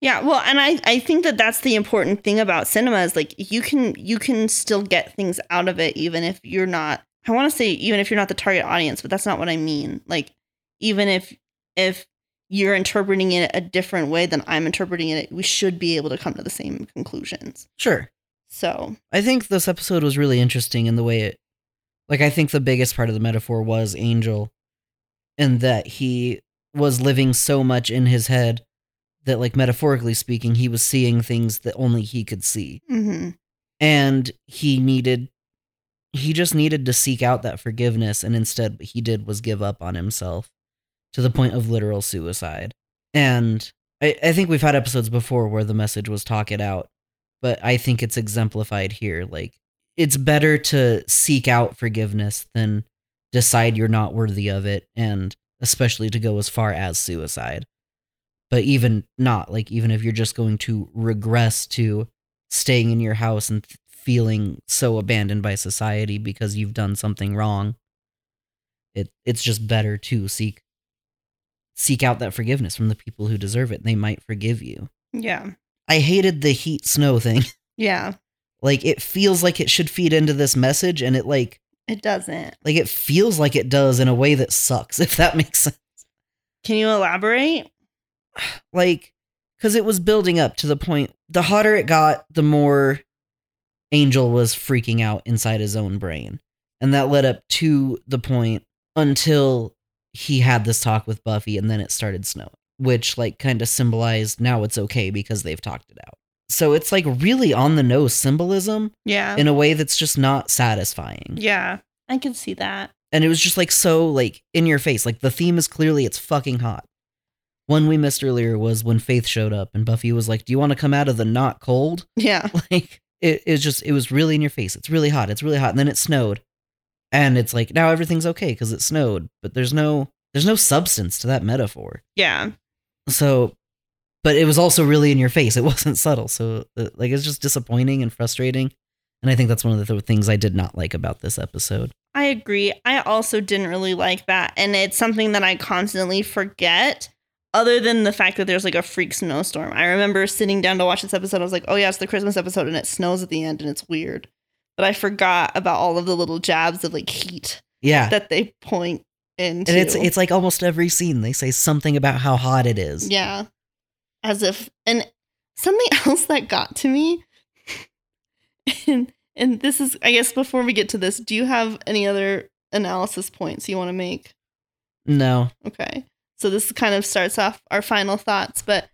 S1: Yeah, well, and I I think that that's the important thing about cinema is like you can you can still get things out of it even if you're not I want to say even if you're not the target audience, but that's not what I mean. Like even if if you're interpreting it a different way than I'm interpreting it, we should be able to come to the same conclusions.
S2: Sure.
S1: So,
S2: I think this episode was really interesting in the way it like I think the biggest part of the metaphor was Angel and that he was living so much in his head that like metaphorically speaking, he was seeing things that only he could see.
S1: hmm
S2: and he needed he just needed to seek out that forgiveness and instead what he did was give up on himself to the point of literal suicide and i, I think we've had episodes before where the message was talk it out but i think it's exemplified here like it's better to seek out forgiveness than decide you're not worthy of it and especially to go as far as suicide but even not like even if you're just going to regress to staying in your house and th- feeling so abandoned by society because you've done something wrong it it's just better to seek seek out that forgiveness from the people who deserve it they might forgive you
S1: yeah.
S2: i hated the heat snow thing <laughs>
S1: Yeah,
S2: like it feels like it should feed into this message and it like
S1: it doesn't.
S2: like it feels like it does in a way that sucks <laughs> if that makes sense
S1: Can you elaborate?
S2: like because it was building up to the point the hotter it got the more angel was freaking out inside his own brain and that led up to the point until he had this talk with buffy and then it started snowing which like kind of symbolized now it's okay because they've talked it out so it's like really on the nose symbolism
S1: Yeah.
S2: in a way that's just not satisfying
S1: yeah. I can see that.
S2: and it was just like so like in your face like the theme is clearly it's fucking hot one we missed earlier was when faith showed up and buffy was like do you want to come out of the not cold <laughs>
S1: Yeah.
S2: like it is just it was really in your face it's really hot it's really hot and then it snowed and it's like now everything's okay because it snowed but there's no there's no substance to that metaphor
S1: Yeah.
S2: so but it was also really in your face it <laughs> wasn't subtle so uh, like it's just disappointing and frustrating and i think that's one of the th- things i did not like about this episode
S1: I agree. I also didn't really like that. And it's something that I constantly forget, other than the fact that there's like a freak snowstorm. I remember sitting down to watch this episode. I was like, oh, yeah, it's the Christmas episode and it snows at the end and it's weird. But I forgot about all of the little jabs of like heat
S2: yeah
S1: that they point into.
S2: And it's it's like almost every scene they say something about how hot it is.
S1: yeah, as if and something <laughs> else that got to me. <laughs> and and this is I guess before we get to this, do you have any other analysis points you want to make?
S2: No.
S1: Okay. So this kind of starts off our final thoughts, but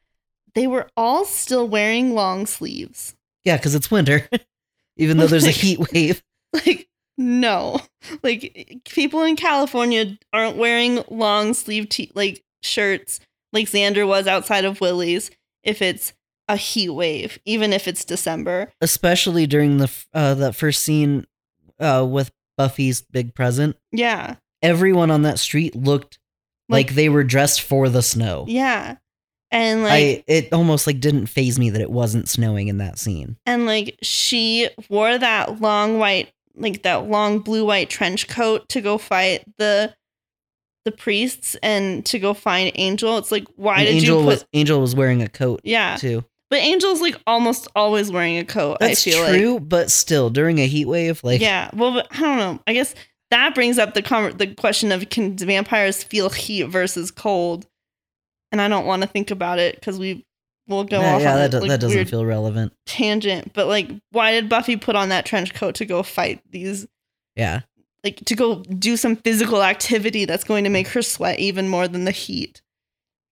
S1: they were all still wearing long sleeves. <laughs>
S2: Yeah, because it's winter. <laughs> Even though there's a
S1: Like-
S2: heat wave. <laughs>
S1: Like, no. <laughs> Like, people in California aren't wearing long sleeve t- like shirts like Xander was outside of Willie's if it's a heat wave, even if it's December.
S2: Especially during the f- uh that first scene uh with Buffy's big present.
S1: Yeah.
S2: Everyone on that street looked like, they were dressed for the snow.
S1: yeah. And like
S2: I it almost like didn't phase me that it wasn't snowing in that scene.
S1: and like she wore that long white like that long blue white trench coat to go fight the the priests and to go find Angel. It's like why
S2: And
S1: did
S2: Angel
S1: you put
S2: was Angel was wearing a coat
S1: Yeah.
S2: too.
S1: But Angel's like almost always wearing a coat.
S2: That's
S1: I feel like.
S2: true, but still during a heat wave, like
S1: yeah. Well, but I don't know. I guess that brings up the con- the question of can vampires feel heat versus cold? And I don't want to think about it because we will go
S2: yeah,
S1: off
S2: yeah,
S1: on
S2: that,
S1: a,
S2: do-
S1: like,
S2: that doesn't
S1: weird
S2: feel relevant.
S1: tangent. But like, why did Buffy put on that trench coat to go fight these?
S2: Yeah,
S1: Like to go do some physical activity that's going to make her sweat even more than the heat.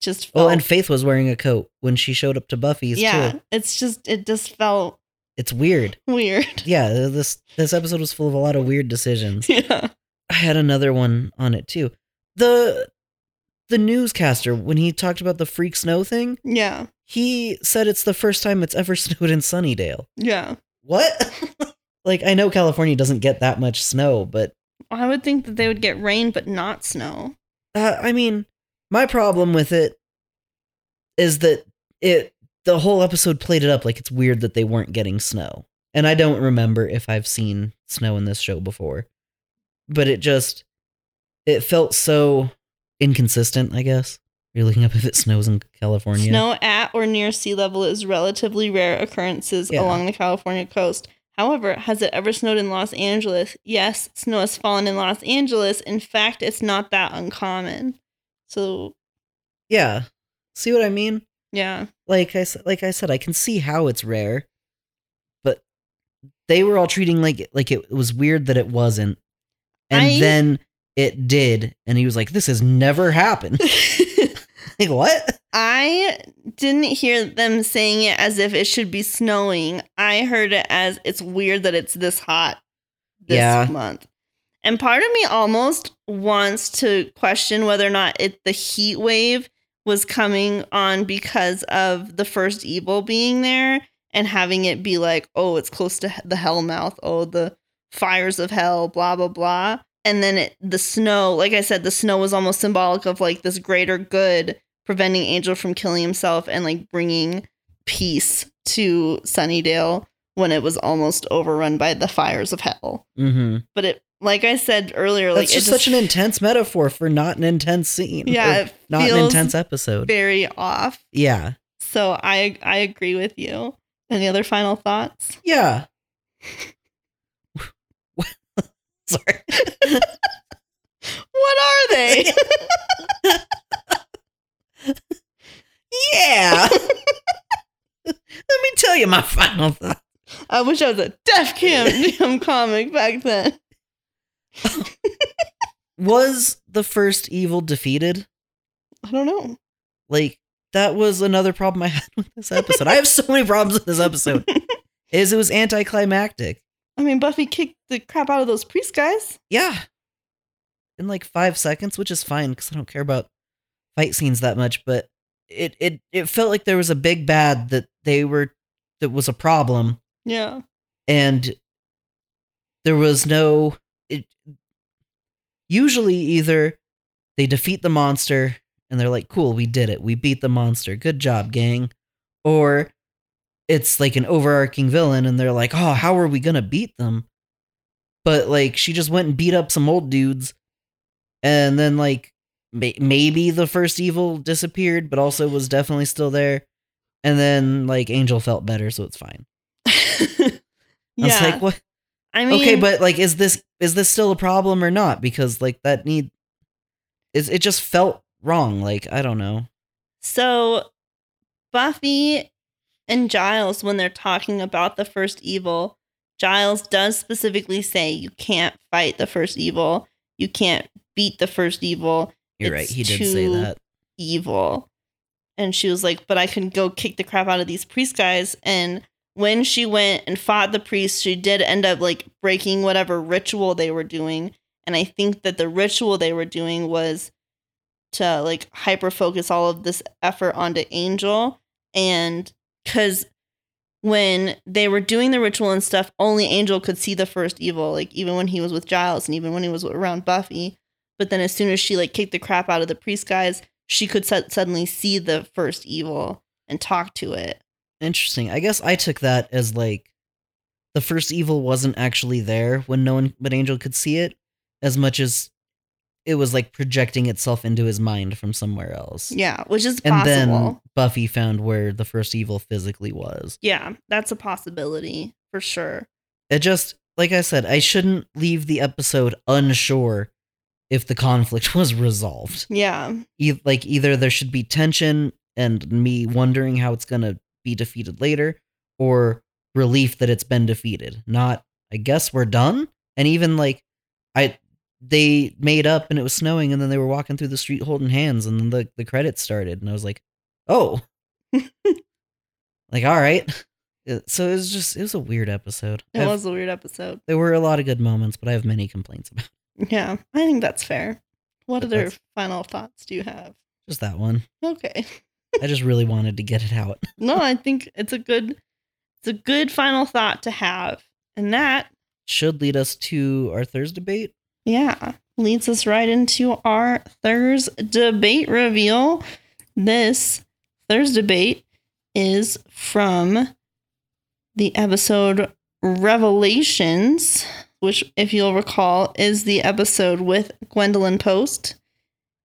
S1: Just
S2: Oh,
S1: felt-
S2: and Faith was wearing a coat when she showed up to Buffy's
S1: yeah,
S2: too.
S1: it's just it just felt
S2: It's weird.
S1: weird. <laughs>
S2: Yeah, this this episode was full of a lot of weird decisions.
S1: yeah.
S2: I had another one on it too. The the newscaster when he talked about the freak snow thing,
S1: Yeah.
S2: he said it's the first time it's ever <laughs> snowed in Sunnydale.
S1: Yeah.
S2: What? <laughs> like I know California doesn't get that much snow, but
S1: I would think that they would get rain but not snow.
S2: uh, I mean, my problem with it is that it the whole episode played it up like it's weird that they weren't getting snow. And I don't remember if I've seen snow in this show before. But it just it felt so inconsistent, I guess. You're looking up if it snows in California.
S1: Snow at or near sea level is relatively rare occurrences
S2: Yeah.
S1: along the California coast. However, has it ever snowed in Los Angeles? Yes, snow has fallen in Los Angeles. In fact, it's not that uncommon. So,
S2: Yeah. See what I mean?
S1: yeah.
S2: like I s- like I said, I can see how it's rare, but they were all treating like like it was weird that it wasn't, and
S1: I-
S2: then it did, and he was like, "This has never
S1: <laughs>
S2: happened." <laughs> like what?
S1: I didn't hear them saying it as if it should be snowing. I heard it as it's weird that it's this hot this
S2: Yeah.
S1: month. And part of me almost wants to question whether or not it the heat wave was coming on because of the first evil being there and having it be like, oh, it's close to he- the hell mouth, oh, the fires of hell, blah blah blah. And then it, the snow, like I said, the snow was almost symbolic of like this greater good preventing Angel from killing himself and like bringing peace to Sunnydale when it was almost overrun by the fires of hell.
S2: Mm-hmm.
S1: But it, like I said earlier, like
S2: That's
S1: it's
S2: just, such an uh, intense metaphor for not an intense scene. or
S1: yeah, it
S2: not an
S1: feels
S2: intense episode.
S1: very off.
S2: yeah,
S1: So I I agree with you. Any other final thoughts?
S2: yeah. Sorry.
S1: What are
S2: <laughs>
S1: they? <laughs>
S2: Yeah. <laughs> Let me tell you my final thought.
S1: I wish I was a deaf
S2: <laughs>
S1: cam jam comic back then.
S2: was the first evil defeated?
S1: I don't know.
S2: Like that was another problem I <laughs> had with this episode. I have so many problems with this episode. Is it was anticlimactic.
S1: I mean, Buffy kicked the crap out of those priest guys.
S2: Yeah. In like 5 seconds, which is fine cuz I don't care about fight scenes that much, but it it it felt like there was a big bad that they were that was a problem
S1: Yeah. <laughs>
S2: and there was no it usually either they defeat the monster and they're like cool we did it we beat the monster good job gang or it's like an overarching villain and they're like oh how are we gonna beat them but like she just went and beat up some old dudes and then like may- maybe the first evil disappeared but also was definitely still there and then like angel felt better so it's fine i was like what
S1: I mean,
S2: okay, but like, is this is this still a problem or not? Because like that need It, it just felt wrong. Like, I don't know.
S1: So Buffy and Giles, when they're talking about the first evil, Giles does specifically say you can't fight the first evil, you can't beat the first evil,
S2: You're right.
S1: It's
S2: He did say
S1: too-
S2: that.
S1: evil. And she was like, but I can go kick the crap out of these priest guys. And when she went and fought the priest, she did end up like breaking whatever ritual they were doing. And I think that the ritual they were doing was to like hyper focus all of this effort onto Angel. And because when they were doing the ritual and stuff, only Angel could see the first evil, like even when he was with Giles and even when he was around Buffy. But then as soon as she like kicked the crap out of the priest guys, she could su- suddenly see the first evil and talk to it.
S2: Interesting. I guess I took that as like the first evil wasn't actually there when no one but Angel could see it as much as it was like projecting itself into his mind from somewhere else.
S1: Yeah, which is
S2: and
S1: possible.
S2: then Buffy found where the first evil physically was.
S1: yeah, that's a possibility for sure.
S2: It just, like I said, I shouldn't leave the episode unsure if the conflict <laughs> was resolved.
S1: Yeah.
S2: E- like, either there should be tension and me wondering how it's going to be defeated later, or relief that it's been defeated. Not, I guess we're done. And even like, I. They made up and it was snowing, and then they were walking through the street holding hands, and then the, the credits started. And I was like,
S1: <laughs>
S2: oh. like, all right. Uh, So it was just, it was a weird episode.
S1: It
S2: I've-
S1: was a weird episode.
S2: there were a lot of good moments, but I have many complaints about <laughs>
S1: Yeah, I think that's fair. What
S2: But
S1: other
S2: that's-
S1: final thoughts do you have?
S2: just that one.
S1: Okay. <laughs>
S2: I just really wanted to get it out.
S1: No, I think it's a good it's a good final thought to have. And that,
S2: Should lead us to our Thursday debate.
S1: yeah, leads us right into our Thurs debate reveal. This Thurs debate is from the episode Revelations, which if you'll recall is the episode with Gwendolyn Post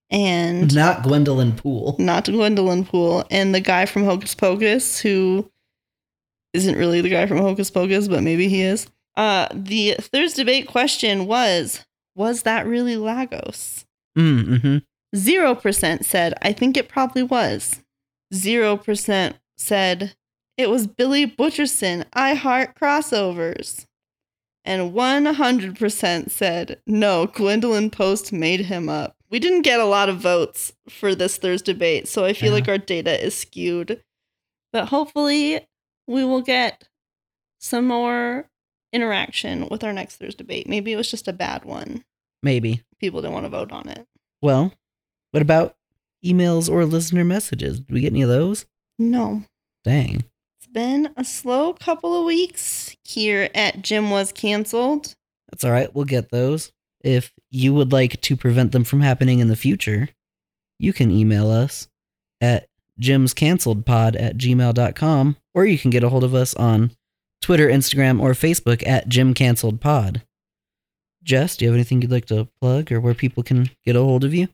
S1: and
S2: Not Gwendolyn Poole.
S1: not Gwendolyn Poole, and the guy from Hocus Pocus, who isn't really the guy from Hocus Pocus, but maybe he is. Uh, the Thurs debate question was Was that really Lagos?
S2: Mm-hmm.
S1: 0% said, I think it probably was. 0% said, It was Billy Butcherson, I Heart Crossovers. And 100% said, No, Gwendolyn Post made him up. We didn't get a lot of votes for this Thurs debate, so I feel
S2: Yeah.
S1: like our data is skewed. But hopefully, we will get some more interaction with our next Thurs debate. Maybe it was just a bad one.
S2: Maybe.
S1: People didn't want to vote on it.
S2: Well, what about emails or listener messages? Did we get any of those?
S1: No.
S2: Dang.
S1: It's been a slow couple of weeks here at Gym Was Cancelled.
S2: That's all right. We'll get those. If you would like to prevent them from happening in the future, you can email us at jimscanceledpod at gmail.com or you can get a hold of us on Twitter, Instagram, or Facebook at jimcanceledpod. Jess, do you have anything you'd like to plug or where people can get a hold of you?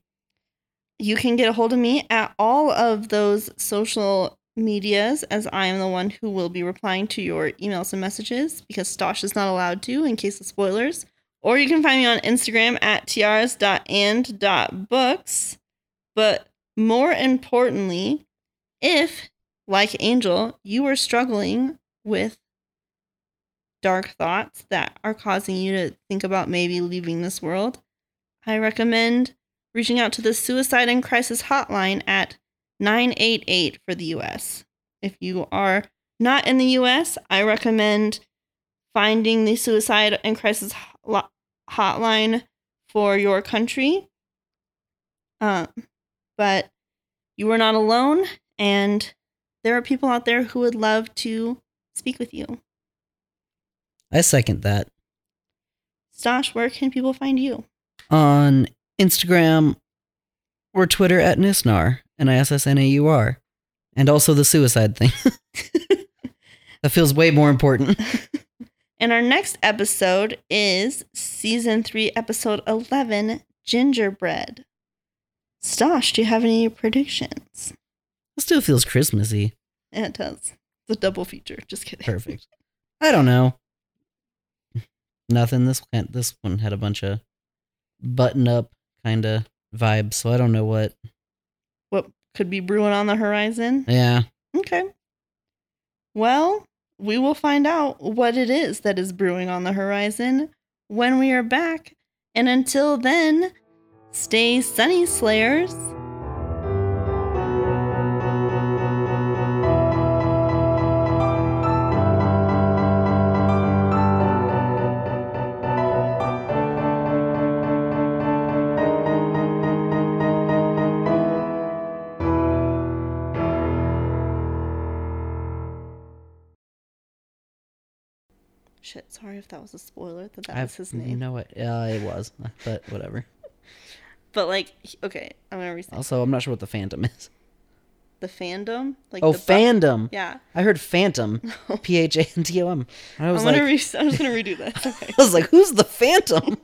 S1: You can get a hold of me at all of those social medias, as I am the one who will be replying to your emails and messages because Stosh is not allowed to in case of spoilers. Or you can find me on Instagram at tiaras.and.books. But more importantly, if, like Angel, you are struggling with dark thoughts that are causing you to think about maybe leaving this world, I recommend reaching out to the Suicide and Crisis Hotline at 988 for the US. If you are not in the US, I recommend finding the Suicide and Crisis Hotli- Hotline for your country. Um, but you are not alone, and there are people out there who would love to speak with you.
S2: I second that.
S1: Stosh, where can people find you?
S2: on Instagram or Twitter at Nisnar, N I S S N A U R, and also the suicide thing. <laughs> that feels way more important.
S1: And our next episode is season three, episode 11 Gingerbread. Stosh, do you have any predictions?
S2: It still feels Christmassy.
S1: Yeah, it does. The double feature. Just kidding.
S2: Perfect. I don't know. Nothing. This one, this one had a bunch of button up kind of vibe, so I don't know what.
S1: <laughs> What could be brewing on the horizon?
S2: Yeah.
S1: Okay. Well, we will find out what it is that is brewing on the horizon when we are back. And until then, stay sunny, Slayers. Shit, sorry if that was a spoiler that that was his name.
S2: No, it, uh, it was, but whatever.
S1: But like, he- okay, I'm gonna reset
S2: Also, I'm not sure what the Phantom is.
S1: the fandom. Like
S2: Oh,
S1: the bu-
S2: Phantom.
S1: Yeah,
S2: I
S1: <laughs>
S2: heard Phantom. P H A N T O M. And I
S1: I'm
S2: was
S1: gonna.
S2: like, <laughs>
S1: Re- I'm just gonna redo that. Okay.
S2: I was like, who's the Phantom?